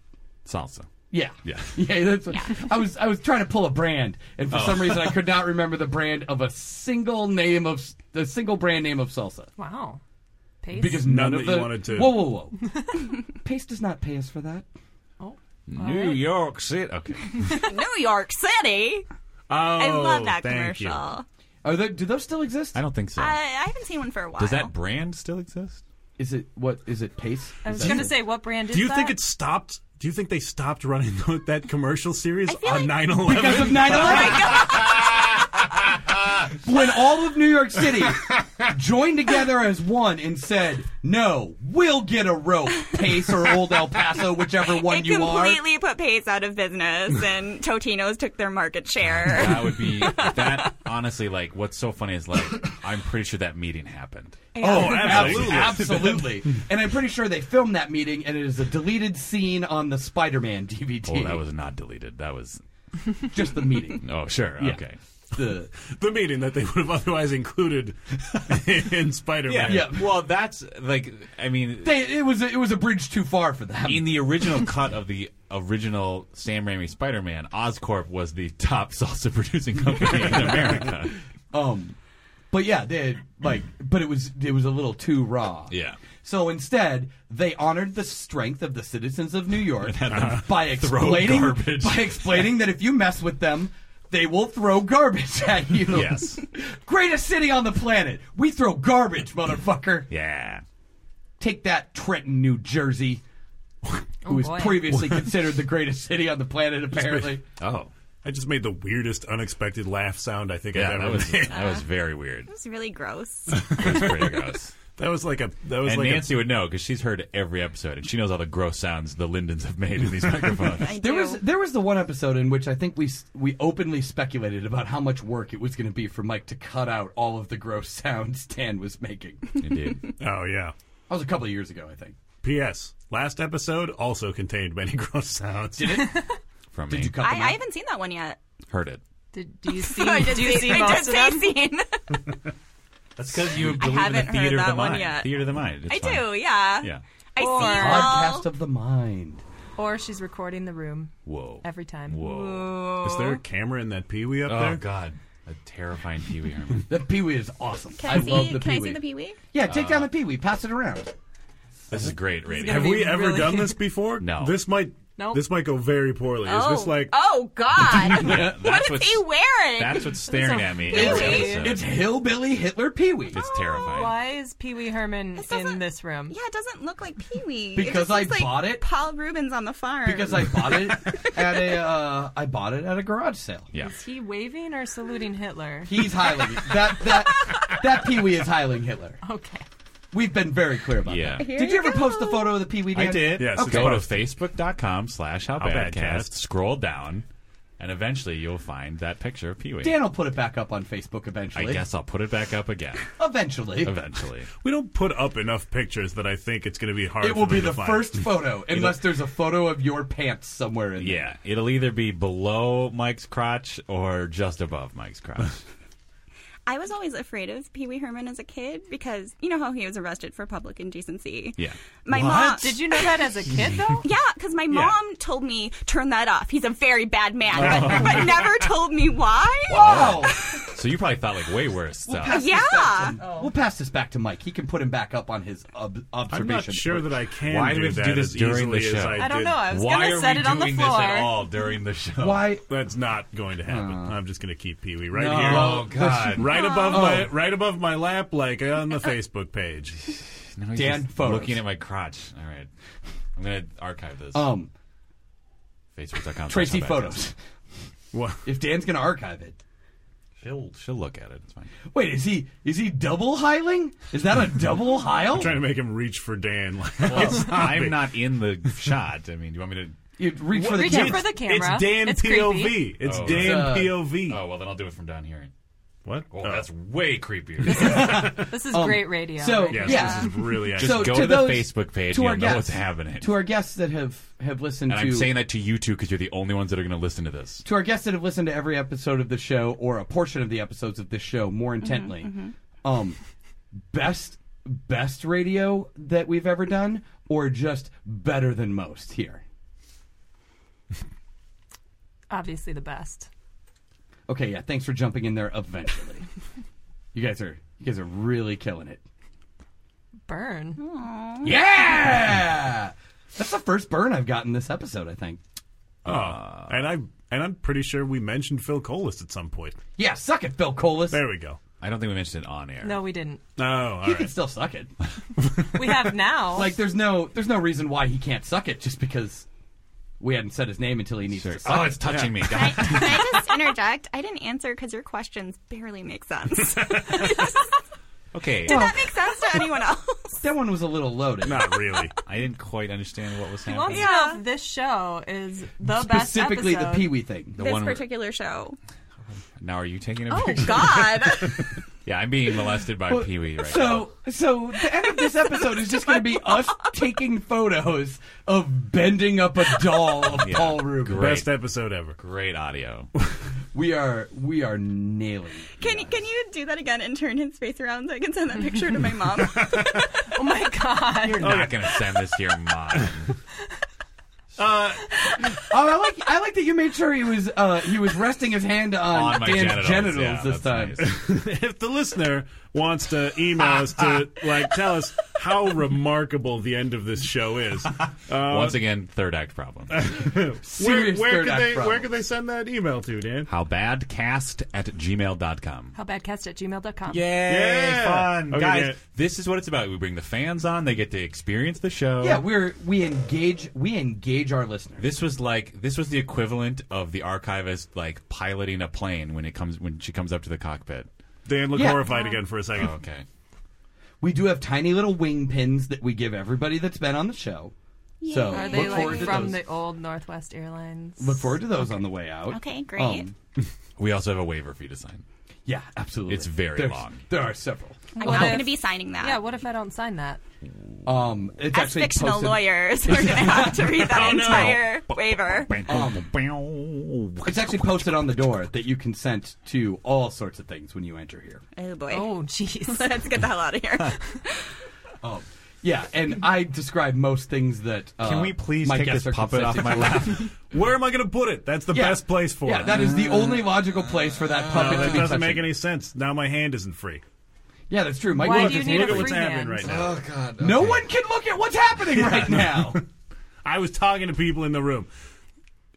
C: salsa.
B: Yeah.
C: Yeah.
B: Yeah, that's what, I was I was trying to pull a brand and for
E: Oh.
B: some reason I could not remember the brand of a single name of s- the single brand name of salsa.
D: Wow. Pace.
B: Because
A: None
B: none, of
A: that
B: the
A: you wanted to-
B: Whoa, whoa, whoa. Pace does not pay us for that.
D: oh.
C: New York City. Okay,
E: New York City.
A: Oh,
E: I love that
A: thank
E: commercial.
A: you.
E: I,
B: Are there, do those still exist?
C: I don't think so.
E: I haven't seen one for a while.
C: Does that brand still exist?
B: Is it what is it Pace?
D: I was
B: Is that
D: going to
B: it?
D: say, what brand is
A: Do you
D: that?
A: think it stopped? Do you think they stopped running that commercial series
E: feel
A: on
E: like-
A: 9/11?
B: because
D: Oh
B: of 9/11. when all of New York City joined together as one and said, "No, we'll get a rope, Pace or Old El Paso, whichever one
E: It
B: you are."
E: completely put Pace out of business, and Totino's took their market share.
C: That would be that. Honestly, like, what's so funny is like, I'm pretty sure that meeting happened.
B: Oh,
A: absolutely.
B: absolutely. and I'm pretty sure they filmed that meeting, and it is a deleted scene on the Spider-Man DVD.
C: Oh, that was not deleted. That was.
B: just the meeting.
C: Oh, sure.
B: Yeah.
C: Okay.
B: The
A: the meeting that they would have otherwise included in Spider-Man.
B: Yeah.
C: Well, that's like. I mean,
B: they, it was a, it was a bridge too far for them.
C: in the original cut of the original Sam Raimi Spider-Man, Oscorp was the top salsa producing company in America.
B: Um, but yeah, they like, but it was it was a little too raw.
C: Yeah.
B: So instead, they honored the strength of the citizens of New York by explaining
C: garbage.
B: by explaining that if you mess with them, they will throw garbage at you.
C: Yes.
B: Greatest city on the planet. We throw garbage, motherfucker.
C: Yeah.
B: Take that, Trenton, New Jersey. Who was
D: boy.
B: previously considered the greatest city on the planet, apparently.
C: Oh.
A: I just made the weirdest unexpected laugh sound I think
C: Yeah,
A: I've
C: that
A: ever
C: was
A: made.
C: that was very weird.
E: It's really gross.
C: It was pretty gross.
A: That was like a. That was
C: and
A: like a-
C: Nancy would know because she's heard every episode, and she knows all the gross sounds the Lindens have made in these
E: I
C: microphones.
B: There
E: do.
B: was there was the one episode in which I think we s- we openly speculated about how much work it was going to be for Mike to cut out all of the gross sounds Dan was making. that
C: Indeed.
A: oh yeah.
B: was a couple of years ago, I think.
A: P.S. Last episode also contained many gross sounds.
B: Did it?
C: From me.
B: Did you cut
E: I,
B: them out?
E: I haven't seen that one yet.
C: Heard it.
D: Did, do you see?
E: I did
D: do you
E: see,
D: see
E: I did
D: most of
E: say
D: them?
E: seen.
C: That's because you believe in the
E: haven't heard
C: theater of the
E: that one
C: mind.
E: yet.
C: Theater of the mind. It's
E: I
C: fine.
E: do, yeah.
C: Yeah.
E: I
D: Or-
B: Podcast
E: see
B: of the mind.
D: Or she's recording the room
C: Whoa.
D: every time.
C: Whoa.
E: you all.
A: Is there a camera in that Pee Wee up
C: Oh
A: there?
C: God. A terrifying Pee Wee Herman.
B: The Pee Wee is awesome.
E: Can
B: I,
E: I, see?
B: love the
E: can
B: Pee
E: I see
B: Wee.
E: the Pee Oh. Wee?
B: yeah, take down the Pee Wee, pass it around.
C: This is great radio.
A: Have
D: Be
A: we ever
D: really-
A: done this before?
C: No.
A: This might.
D: Nope.
A: This might go very poorly.
E: oh.
A: Is this like?
E: oh God!
C: Yeah,
E: what
C: that's
E: is
C: what's-
E: he wearing?
C: That's what's staring at me.
E: Pee
C: every
E: Wee.
C: episode.
B: It's hillbilly Hitler Pee Wee.
D: Oh,
C: It's terrifying.
D: Why is Pee Wee Herman
E: This doesn't-
D: in this room?
E: yeah, it doesn't look like Pee Wee.
B: Because
E: it just
B: I
E: looks like
B: bought it.
E: Paul Rubens on the farm.
B: Because I bought it at a uh, I bought it at a garage sale.
C: Yeah.
D: Is he waving or saluting Hitler?
B: He's hiling that that that Pee Wee is hiling Hitler.
D: Okay.
B: We've been very clear about
C: Yeah.
B: that.
E: Here
B: did you,
E: you
B: ever
E: go.
B: post the photo of the Pee Wee?
C: I
B: Dan?
C: did.
A: Yes, it's
C: Go to
A: posted.
C: facebook.com slash how
A: Badcast.
C: badcast, scroll down, and eventually you'll find that picture of Pee Wee.
B: Dan will put it back up on Facebook
C: I
B: eventually.
C: guess I'll put it back up again
B: Eventually.
C: eventually.
A: We don't put up enough pictures that I think it's going to be hard.
B: It will
A: for them
B: be
A: to
B: the
A: find.
B: first photo, unless there's a photo of your pants somewhere in there.
C: yeah, it'll either be below Mike's crotch or just above Mike's crotch.
E: I was always afraid of Pee Wee Herman as a kid because you know how he was arrested for public indecency.
C: Yeah.
E: My mom.
D: Did you know that as a kid though?
E: Yeah, because my mom told me turn that off. He's a very bad man, but, but never told me why.
B: Wow.
C: So you probably thought like way worse
B: We'll
C: stuff.
B: Oh, pass,
E: Yeah.
B: this back to, we'll pass this back to Mike. He can put him back up on his ob-
A: I'm
B: observation.
A: not sure that I can
C: Why do
A: do
C: we have to
A: that
C: do this
A: as
C: during the
A: easily as
C: show?
A: I,
D: I don't
A: did.
D: know. I was
C: Why
D: gonna
C: are
D: set
C: we
D: it on the
C: doing
D: floor.
C: this at all during the show?
B: Why?
A: That's not going to happen. I'm just going to keep Pee Wee right
B: Uh. No. Oh.
A: here,
C: Oh God!
A: right above my right above my lap, like uh, on the Facebook page.
C: Now he's
B: Dan,
C: just
B: photos.
C: looking at my crotch. All right, I'm gonna archive this.
B: Um,
C: Facebook.com.
B: Tracy
C: slash How Badcast.
B: photos.
A: What?
B: If Dan's gonna archive it.
C: She'll she'll look at it. It's fine.
B: Wait, is he is he double hiling? Is that a double hile?
A: Trying to make him reach for Dan. Like,
C: Well, Oh, I'm not in the shot. I mean, do you want me to?
B: You reach for the
D: Reach out
B: camera.
D: for the camera.
A: It's Dan
D: It's
A: POV.
D: creepy.
A: It's
C: Oh,
A: Dan
B: it's, uh,
A: POV.
C: Oh well, then I'll do it from down here.
A: what?
C: Oh,
A: Oh.
C: that's way creepier.
D: This is great radio.
B: so-
D: right?
A: yes.
B: yeah.
A: This is really
C: Just
B: So
A: excellent.
C: go
B: to
C: to, the
B: those-
C: Facebook page.
B: to
C: and
B: our
C: you'll know
B: guests,
C: what's happening.
B: to our guests that have have listened
C: and
B: to
C: I'm saying that to you too because you're the only ones that are going to listen to this.
B: to our guests that have listened to every episode of the show or a portion of the episodes of this show more intently. Um, best best radio that we've ever done, or just better than most here.
D: obviously the best.
B: Okay, yeah. Thanks for jumping in there. Eventually, you guys are you guys are really killing it.
D: Burn.
B: Yeah, that's the first burn I've gotten this episode. I think.
A: Oh. And I and I'm pretty sure we mentioned Phil Colas at some point.
B: Yeah, suck it, Phil Colas.
A: There we go.
C: I don't think we mentioned it on air.
D: No, we didn't.
A: Oh, all
B: You can
A: right.
B: still suck it.
D: We have now.
B: Like there's no there's no reason why he can't suck it just because we hadn't said his name until he needs to suck
C: Oh, it's touching me.
E: I, can I just interject? I didn't answer because your questions barely make sense. Does
C: okay,
E: that make sense to anyone else?
B: That one was a little loaded.
A: Not really.
C: I didn't quite understand what was
D: He wants
C: happening.
D: to know if this show is the best
B: Specifically the
D: episode.
B: Pee Wee thing.
C: The
E: This
C: one where-
E: particular show.
C: now, are you taking a
E: Oh
C: picture?
E: God!
C: Yeah, I'm being molested by Pee Wee right now.
B: So so the end of this episode is just gonna be us taking photos of bending up a doll of
C: Yeah,
B: Paul Rubin.
C: great.
A: Best episode ever.
C: Great audio.
B: We are we are nailing.
E: Can you, can you do that again and turn his face around so I can send that picture to my mom?
D: Oh my god.
C: You're not going to send this to your mom.
B: Oh I like I like that you made sure he was uh he was resting his hand on,
C: On my
B: Dan's
C: genitals.
B: genitals,
C: Yeah,
B: this
C: that's
B: time.
C: nice.
A: if the listener wants to email us to like tell us how remarkable the end of this show is,
C: Once again, third act problem.
A: where,
B: Serious
A: where
B: third
A: could
B: act
A: they where
B: problem.
A: could they send that email to, Dan?
C: Howbadcast at gmail.com.
D: Howbadcast at gmail.com.
C: Yay!
A: Yeah.
C: Fun.
A: Okay,
C: Guys,
A: Dan.
C: this is what it's about. We bring the fans on, they get to experience the show.
B: Yeah, we're we engage we engage our listeners.
C: This was like this was the equivalent of the archivist like piloting a plane when it comes when she comes up to the cockpit.
A: Dan looked
B: Yeah.
C: Oh.
A: horrified again for a second.
C: Okay.
B: We do have tiny little wing pins that we give everybody that's been on the show. So
D: Are
B: look
D: they
B: forward
D: like
B: to
D: from
B: those.
D: the old Northwest Airlines?
B: Look forward to those on the way out. Um,
E: Okay, great.
C: We also have a waiver for you to sign.
B: yeah, absolutely.
C: It's very
B: There's-
C: long.
B: There are several.
E: I'm
D: What
E: not
D: if-
E: going to be signing that.
D: Yeah, what if I don't sign that?
B: Um, it's
E: As
B: actually
E: fictional
B: posted-
E: lawyers, we're going to have to read
D: Oh,
E: that entire waiver.
A: Oh,
B: It's actually posted on the door that you consent to all sorts of things when you enter here.
E: Oh boy.
D: Oh, jeez.
E: Let's get the hell out of here.
B: Oh, yeah, and I describe most things that. Uh,
H: Can we please
B: my
H: take
B: guests
H: this
B: are
H: puppet off
B: consenting
H: my
B: to.
H: lap?
A: Where am I going to put it? That's the
B: Yeah.
A: best place for
B: Yeah,
A: it.
B: that is the only logical place for that
A: No,
B: puppet to
A: that
B: be
A: doesn't make
B: touching.
A: any sense. Now my hand isn't free.
B: Yeah, that's true. Mike
D: Why
B: will
D: do you
B: just
D: need
A: Look
D: a
A: at what's
B: look at-
D: free
A: happening
D: hand.
A: right now.
H: Oh God!
B: No
H: okay.
B: one can look at what's happening right now.
A: I was talking to people in the room.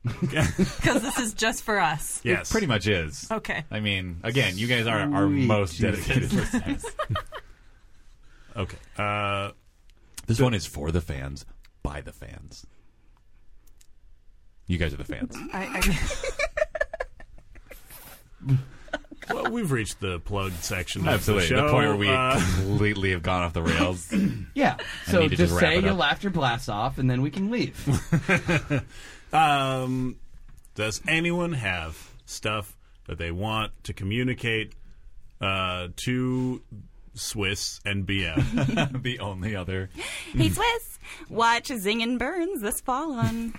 D: Because this is just for us.
A: Yes.
C: Pretty much is.
D: Okay.
C: I mean, again, you guys are our most dedicated listeners.
A: Okay. Uh,
C: This one is for the fans, by the fans. You guys are the fans.
D: I, I,
A: well, we've reached the plug section of
C: Absolutely.
A: the
C: The,
A: show.
C: point where we
A: Uh,
C: completely have gone off the rails.
B: Yeah.
C: I
B: So
C: need to
B: just,
C: just wrap
B: say
C: it
B: your
C: up.
B: laughter blasts off, and then we can leave.
A: Um, does anyone have stuff that they want to communicate uh, to Swiss and BF?
C: the only other.
E: hey Swiss, watch Zing and Burns this fall on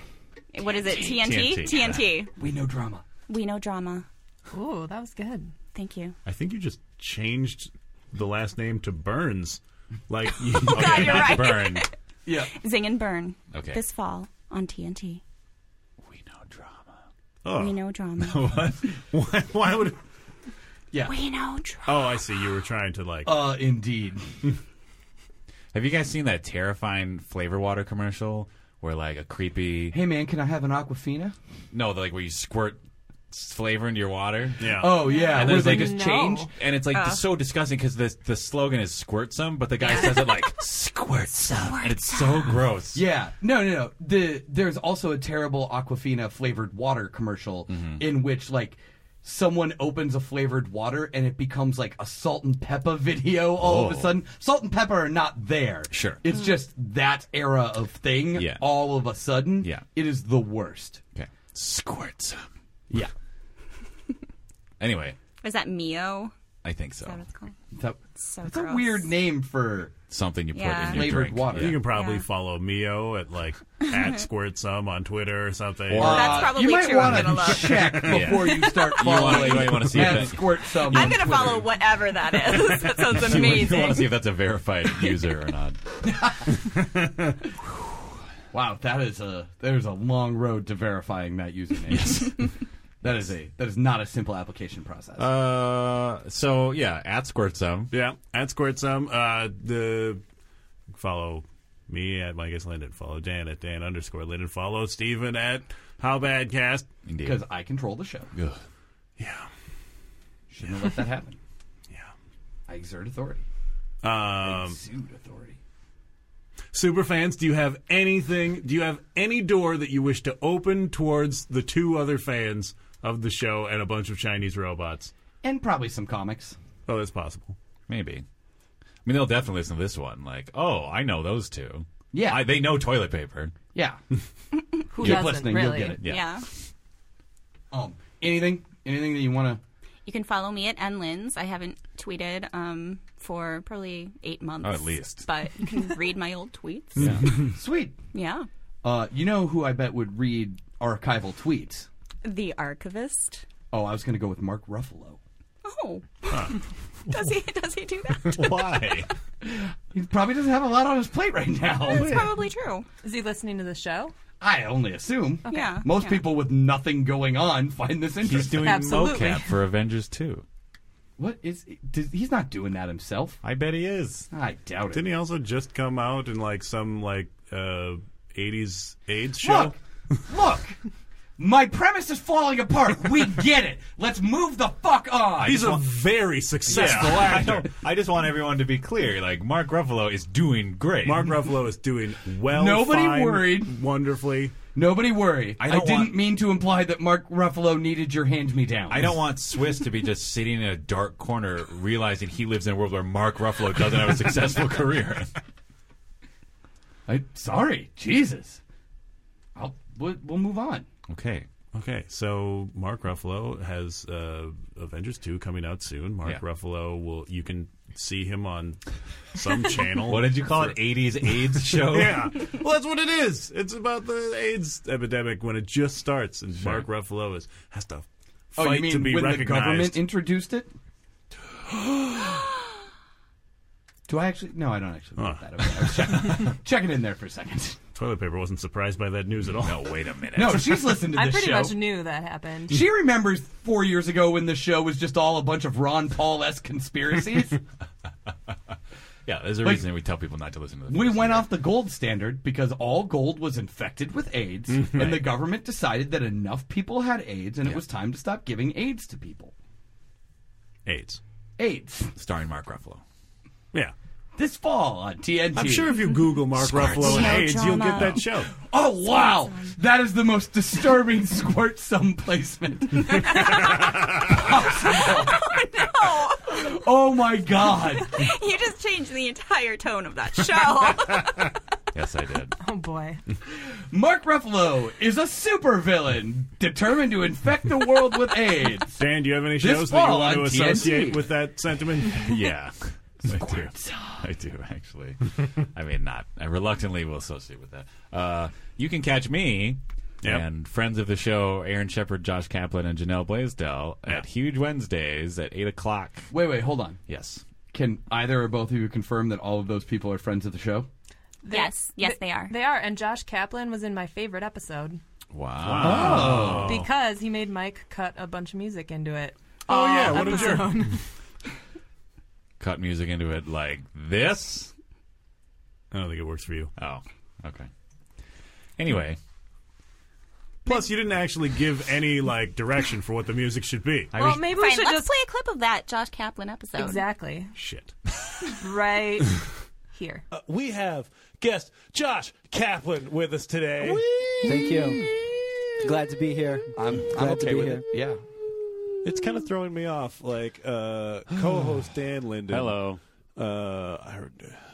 E: what is it? TNT?
C: TNT.
E: TNT.
B: we know drama.
E: We know drama.
D: ooh, that was good.
E: Thank you.
A: I think you just changed the last name to Burns. Like, you,
E: God,
A: okay,
E: you're right.
C: Burn.
B: Yeah.
E: Zing and Burn.
C: Okay.
E: This fall on TNT.
C: we know drama.
E: We know drama.
A: Oh, why, why would?
B: Yeah.
E: we know drama.
A: Oh, I see. You were trying to like.
B: Uh, indeed.
C: Have you guys seen that terrifying flavor water commercial where like a creepy
B: Hey, man, can I have an Aquafina?
C: no, like where you squirt s- flavor into your water?
A: yeah.
B: Oh yeah.
C: And
B: Where
C: there's
B: they
C: like
B: just
C: a-
B: change.
D: No.
C: And it's like so disgusting because the the slogan is squirt some, but the guy says it like squirt some, and it's so gross.
B: Yeah. No, no, no. The there's also a terrible Aquafina flavored water commercial
C: Mm-hmm.
B: in which like someone opens a flavored water and it becomes like a salt and pepper video all of
C: Oh.
B: a sudden. Salt and pepper are not there.
C: Sure.
B: It's just that era of thing
C: Yeah.
B: all of a sudden.
C: Yeah.
B: It is the worst.
C: Okay. Squirt some.
B: Yeah.
C: Anyway,
E: Is that Mio?
C: I think so.
E: Is that what it's called?
B: That,
E: So
B: that's
E: gross.
B: a weird name for
C: Something you put
E: Yeah.
C: in your
B: Flavored
C: drink.
B: water.
A: You
C: Yeah.
A: can probably
E: Yeah.
A: follow Mio at like at Squirt Some on Twitter or something.
C: Or-
E: That's
B: Uh,
E: probably
B: you might
E: true. I'm
B: wanna
E: gonna look.
B: check before you start
C: wanna-
B: following.
C: you might wanna see if
B: Matt
C: that-
B: squirt some.
E: I'm gonna follow whatever that is. that sounds
C: You want to
E: amazing.
C: see if that's a verified user or not.
B: Wow, that is a there's a long road to verifying that username. Yes. that is a that is not a simple application process.
C: Uh, so yeah, at squirt some.
A: Yeah, at Squirt Some. Uh, the follow me at Mike S. Linden. Follow Dan at Dan underscore Linden. Follow Steven at How Bad Cast.
C: Indeed.
B: Because I control the show.
C: Ugh.
A: Yeah,
B: Shouldn't have let that happen.
A: yeah.
B: I exert authority. I
A: Um,
B: exude authority.
A: super fans, do you have anything? Do you have any door that you wish to open towards the two other fans of the show and a bunch of Chinese robots?
B: And probably some comics.
A: Oh, that's possible.
C: Maybe. I mean, they'll definitely listen to this one. Like, oh, I know those two.
B: Yeah.
C: I, they know toilet paper.
B: Yeah.
D: Who
B: Keep
D: doesn't
B: listening,
D: really?
B: you'll get it.
C: Yeah.
E: yeah.
B: Um anything? Anything that you wanna
E: You can follow me at nlins. I haven't tweeted um, for probably eight months.
C: Oh, at least.
E: But you can read my old tweets.
C: Yeah.
B: Sweet.
E: Yeah.
B: Uh you know who I bet would read archival tweets?
E: The archivist.
B: Oh, I was gonna go with Mark Ruffalo.
E: Oh. does he does he do that?
C: Why?
B: He probably doesn't have a lot on his plate right
E: That's
B: now.
E: probably true.
D: Is he listening to the show?
B: I only assume.
E: Yeah.
B: Most
E: yeah.
B: people with nothing going on find this interesting.
C: He's doing
D: Absolutely.
C: mocap for Avengers 2.
B: What is? Does, he's not doing that himself.
C: I bet he is.
B: I doubt it.
A: Didn't he also just come out in like some like uh, '80s AIDS show?
B: look, look. My premise is falling apart. We get it. Let's move the fuck on.
A: He's a very successful
C: I,
A: actor.
C: don't- I just want everyone to be clear. Like Mark Ruffalo is doing great.
A: Mark Ruffalo is doing well.
B: Nobody
A: fine,
B: worried.
A: Wonderfully.
B: Nobody worry.
C: I
B: I,
C: don't
B: didn't
C: want-
B: mean to imply that Mark Ruffalo needed your hand me down.
C: I don't want Swiss to be just sitting in a dark corner, realizing he lives in a world where Mark Ruffalo doesn't have a successful career.
B: I, sorry, Jesus. I'll, we'll, we'll move on.
C: Okay.
A: Okay, so Mark Ruffalo has uh, Avengers two coming out soon. Mark
C: Yeah.
A: Ruffalo will you can see him on some channel.
C: What did you call it? 80s AIDS show?
A: Yeah, well, that's what it is. It's about the AIDS epidemic when it just starts, and Mark Ruffalo is has to
B: Oh,
A: fight
B: you mean
A: to be
B: when the
A: recognized.
B: government introduced it? Do I actually? No, I don't actually. know
A: Huh.
B: That. Okay, I was checking, checking in there for a second.
A: Toilet paper wasn't surprised by that news at all.
C: No, wait a minute.
B: No, she's listened to
D: I
B: this
D: pretty
B: show.
D: much knew that happened.
B: She remembers four years ago when the show was just all a bunch of Ron Paul esque conspiracies.
C: Yeah, there's a
B: Like-
C: reason we tell people not to listen to the
B: we
C: first
B: went
C: year.
B: off the gold standard because all gold was infected with AIDS, and the government decided that enough people had AIDS, and it was time to stop giving AIDS to people.
A: AIDS.
B: AIDS.
C: Starring Mark Ruffalo.
A: Yeah,
B: This fall on TNT.
A: I'm sure if you Google Mark Ruffalo and
E: No
A: AIDS, you'll get
E: drama.
A: that show.
B: Oh wow, that is the most disturbing squirt sum placement possible.
E: No,
B: Oh my god,
E: you just changed the entire tone of that show.
C: Yes, I did.
D: Oh boy.
B: Mark Ruffalo is a supervillain determined to infect the world with AIDS.
A: Dan, do you have any
B: This
A: shows that you
B: fall
A: want to
B: on
A: associate
B: TNT.
A: with that sentiment?
C: yeah. I do. I do, actually. I mean, not. I reluctantly will associate with that. Uh, you can catch me
A: Yep.
C: and friends of the show, Aaron Shepard, Josh Kaplan, and Janelle Blaisdell at Huge Wednesdays at 8 o'clock.
B: Wait, wait, hold on.
C: Yes.
B: Can either or both of you confirm that all of those people are friends of the show?
E: yes, yes, they are.
D: They are, and Josh Kaplan was in my favorite episode
C: Wow.
D: because he made Mike cut a bunch of music into it.
A: Oh yeah,
D: All
A: what a jerk.
D: episode.
C: Cut music into it like this?
A: I don't think it works for you.
C: Oh, okay. Anyway,
A: Plus, you didn't actually give any like direction for what the music should be.
C: I
D: well,
C: was-
D: maybe we
E: Fine,
D: should
E: let's
D: just
E: play a clip of that Josh Kaplan episode.
D: exactly
A: Shit. Uh,
D: right here.
F: We have guest Josh Kaplan with us today.
H: Thank you. Glad to be here.
B: I'm,
H: Glad to be here.
B: Yeah.
F: It's kind of throwing me off. Like uh, co-host Dan Linden.
G: Hello.
F: Uh, I,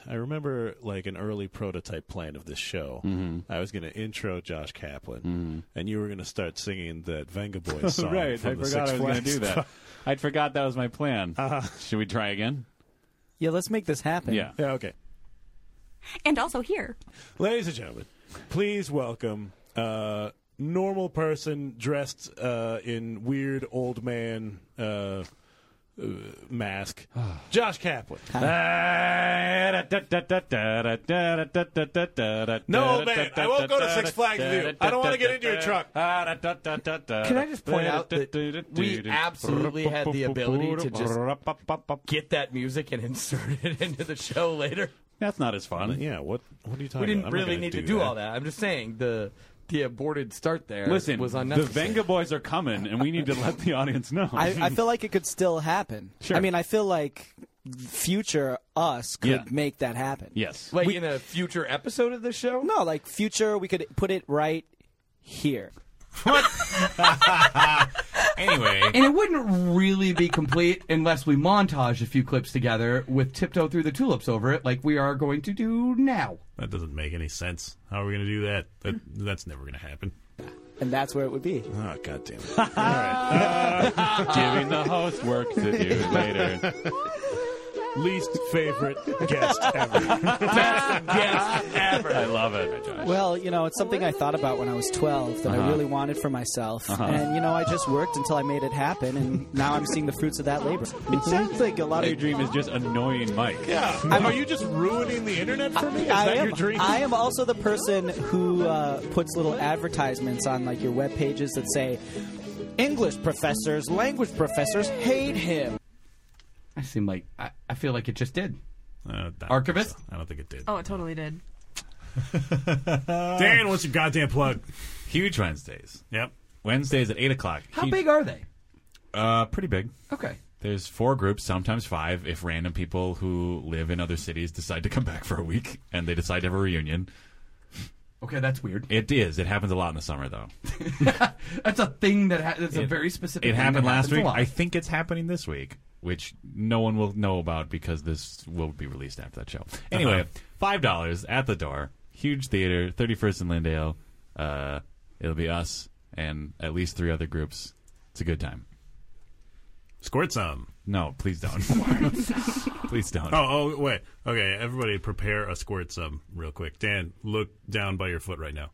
F: I remember like an early prototype plan of this show.
G: Mm-hmm.
F: I was going to intro Josh Kaplan, and you were going to start singing that Venga Boys song.
G: right,
F: from
G: I
F: the
G: forgot
F: Six
G: I was going to
F: Flags
G: do that. I'd forgot that was my plan. Should we try again?
H: Yeah, let's make this happen.
G: Yeah.
F: Yeah, okay.
E: And also here.
F: Ladies and gentlemen, please welcome uh, normal person dressed uh, in weird old man uh, uh, mask, Josh Kaplan.
G: No,
F: old man, I won't go to Six Flags with you. I don't wanna get into your truck.
G: Can
I: Can I just point out that we absolutely had the ability to just get that music and insert it into the show later?
G: That's not as fun.
F: Yeah, what what are you talking
I: We didn't
F: about? I'm not
I: really
F: gonna
I: need to do all that. I'm just saying the the aborted start there
G: Listen,
I: was
G: the
I: unnecessary.
G: Venga Boys are coming, and we need to let the audience know.
H: I, I feel like it could still happen.
G: Sure.
H: I mean, I feel like future us could
G: Yeah.
H: make that happen.
G: yes.
I: like in a future episode of the show.
H: No, like future, we could put it right here.
C: anyway,
B: And it wouldn't really be complete unless we montage a few clips together with Tiptoe Through the Tulips over it, like we are going to do now.
A: That doesn't make any sense. How are we going to do that? that that's never going to happen.
H: And that's where it would be.
G: Uh-huh.
F: Oh, God damn it.
G: Giving the host work to do later.
F: Least favorite guest ever.
G: I love it.
H: Well, you know, it's something I thought about when I was 12 that I
G: Uh-huh.
H: really wanted for myself. And, you know, I just worked until I made it happen, and now I'm seeing the fruits of that labor.
G: It sounds like a lot of your dream is just annoying Mike.
F: Are you just ruining the internet for me? Is
H: I
F: that
H: am,
F: your dream?
H: I am also the person who uh, puts little advertisements on like your web pages that say, English professors, language professors hate him.
B: I seem like I, I feel like it just did.
A: Uh, I don't
B: Archivist?
A: think so. I don't think it did.
D: Oh, it totally did.
A: Dan, what's your goddamn plug?
C: Huge Wednesdays.
A: Yep.
C: Wednesdays at eight o'clock.
B: How
C: He-
B: big are they?
C: Uh, pretty big.
B: Okay.
C: There's four groups, sometimes five, if random people who live in other cities decide to come back for a week and they decide to have a reunion.
B: Okay, that's weird.
C: It is. It happens a lot in the summer, though.
B: That's a thing that ha- that's a
C: It-
B: very specific.
C: It
B: thing that
C: happened last
B: happens a
C: week.
B: lot.
C: I think it's happening this week, which no one will know about because this will be released after that show.
B: Uh-huh.
C: Anyway, five dollars at the door. Huge theater, thirty first in Lindale. Uh, it'll be us and at least three other groups. It's a good time.
A: Squirt some.
C: No, please don't. please don't.
A: Oh, oh, wait. Okay, everybody prepare a squirt some real quick. Dan, look down by your foot right now.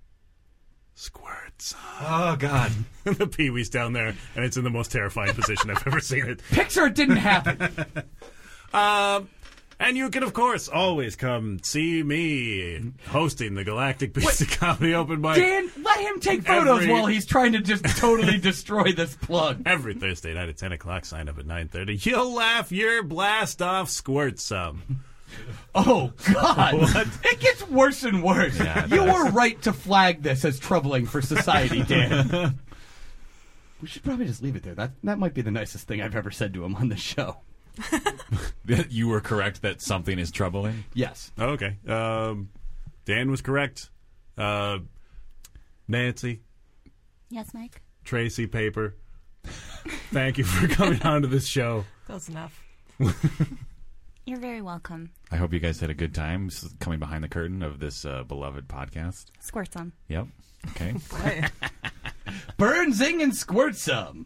A: Squirt some.
C: oh God.
A: the peewee's down there, and it's in the most terrifying position I've ever seen it.
B: Picture it didn't happen.
A: Um, and you can, of course, always come see me hosting the Galactic Beast of Comedy Open Mic
B: Dan, let him take photos
A: Every-
B: while he's trying to just totally destroy this plug.
A: every Thursday night at 10 o'clock. Sign up at 9.30. You'll laugh your blast off, squirt some.
B: Oh God! It gets worse and worse.
C: Yeah, it
B: you
C: does.
B: were right to flag this as troubling for society, Dan. we should probably just leave it there. That that might be the nicest thing I've ever said to him on the show.
C: you were correct that something is troubling.
B: Yes.
A: Okay. Um, Dan was correct. Uh, Nancy,
E: Yes, Mike.
A: Tracy Paper. Thank you for coming on to this show.
D: Close enough.
E: You're very welcome.
C: I hope you guys had a good time s- coming behind the curtain of this uh, beloved podcast.
E: Squirt some.
C: Yep. Okay.
B: Burn, zing, and squirt some.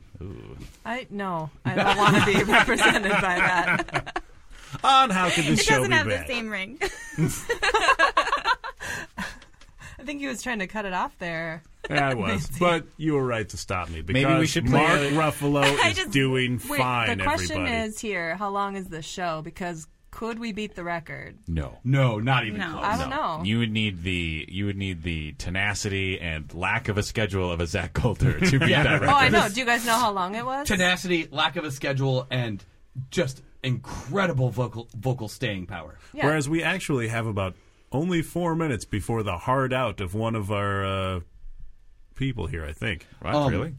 D: I no, I don't want to be represented by that.
A: On how could this
E: It
A: show
E: doesn't
A: be
E: have
A: bad?
E: the same ring.
D: I think he was trying to cut it off there.
A: Yeah, I was, but you were right to stop me because
C: we should play
A: Mark
C: a-
A: Ruffalo
E: I
A: is
E: just-
A: doing
D: Wait,
A: fine.
D: the question
A: everybody,
D: is here: How long is the show? Because could we beat the record?
C: No.
B: No, not even
E: No.
B: close.
D: I don't know.
C: You would need the you would need the tenacity and lack of a schedule of a Zach Coulter to beat
B: Yeah.
C: that
D: Oh, I
C: record.
D: know. Do you guys know how long it was?
B: tenacity, lack of a schedule, and just incredible vocal vocal staying power.
D: Yeah.
A: whereas we actually have about only four minutes before the hard out of one of our uh, people here. I think.
C: What,
B: Um,
C: really?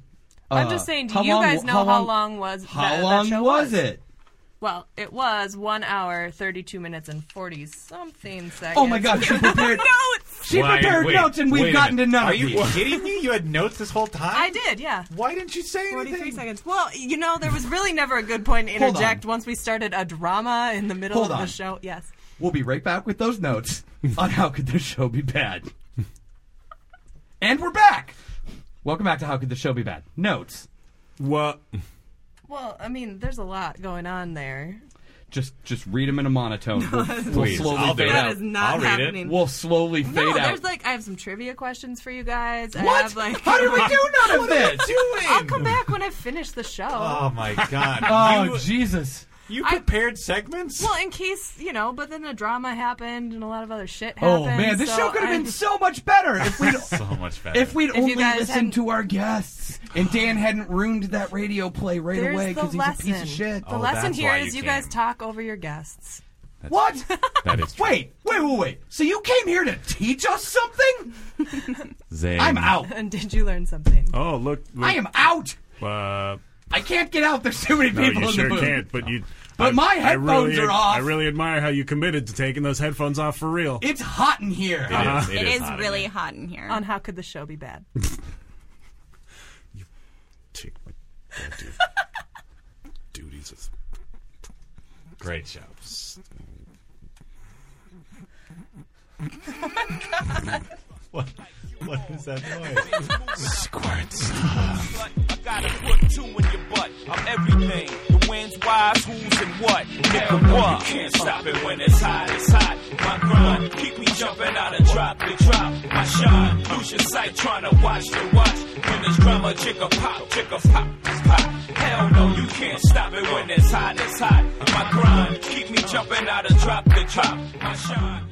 D: I'm just saying. Do
B: how
D: you
B: long-
D: guys know
B: how
D: how long,
B: long-
D: was
B: How
D: that, that
B: long
D: show
B: was it?
D: Well, it was one hour, thirty-two minutes, and forty something seconds.
B: Oh my God! She prepared.
E: Notes.
B: She
C: Why-
B: prepared
C: wait,
B: notes, and we've
C: wait a
B: gotten to
C: minute.
B: none
C: Are
B: of
C: you
B: these.
C: kidding me? You had notes this whole time.
D: I did, yeah.
C: Why didn't you say
D: 43
C: anything?
D: seconds. Well, you know, there was really never a good point to
B: Hold
D: interject
B: on.
D: once we started a drama in the middle
B: Hold
D: of
B: on.
D: the show. Yes.
B: We'll be right back with those notes on how could this show be bad. and we're back. Welcome back to How Could This Show Be Bad? Notes.
A: Well,
D: Well, I mean, there's a lot going on there.
B: Just just read them in a monotone. We'll, we'll
C: Please,
B: slowly
C: I'll do
B: fade
C: it.
D: That
B: out.
D: is not
C: I'll read it.
D: happening.
B: We'll slowly fade
D: no,
B: out.
D: there's like I have some trivia questions for you guys. I
B: what?
D: have like
B: How did we do none of this?
D: I'll come back when I finish the show.
C: Oh my god!
B: Oh Jesus!
C: you, you prepared segments?
D: well, in case you know, but then the drama happened and a lot of other shit happened.
B: Oh man, this
D: so
B: show could have
D: I
B: been
D: just-
B: so much better if we'd
C: so much better.
B: if we'd
D: you
B: only
D: guys
B: listened
D: hadn't-
B: to our guests and Dan hadn't ruined that radio play right
D: There's
B: away
D: the
B: because he's a
D: lesson.
B: piece of shit.
D: The
C: Oh,
D: lesson
C: that's
D: here
C: why
D: is
C: you
D: you guys
C: came.
D: talk over your guests.
B: What?
C: that is true.
B: wait, wait, wait, wait. So you came here to teach us something?
C: Zing.
B: I'm out.
D: And did you learn something?
A: oh look, look
B: I am out.
A: Uh,
B: I can't get out. There's too many
A: no,
B: people
A: you
B: in
A: sure
B: the booth.
A: can't. But you.
B: But my
A: I
B: headphones
A: really,
B: are off.
A: I really admire how you committed to taking those headphones off for real.
B: It's hot in here.
C: It is,
E: It is
C: hot in
E: really
C: here.
E: hot in
C: Oh.
E: here.
D: On how could the show be bad?
A: Take my goddamn duties as
C: great show. what? What is that noise? Squirts.
J: I gotta put two in your butt. I'm everything. The wins, whys, who's, and what. Nigga, what? You can't stop it when it's hot, it's hot. My grind, keep me jumping out of drop to drop. My shine, lose your sight, tryna watch the watch. When this drama, chicka pop, chicka pop, pop. Hell no, you can't stop it when it's hot, it's hot. My grind, keep me jumping out of drop to drop. My shine.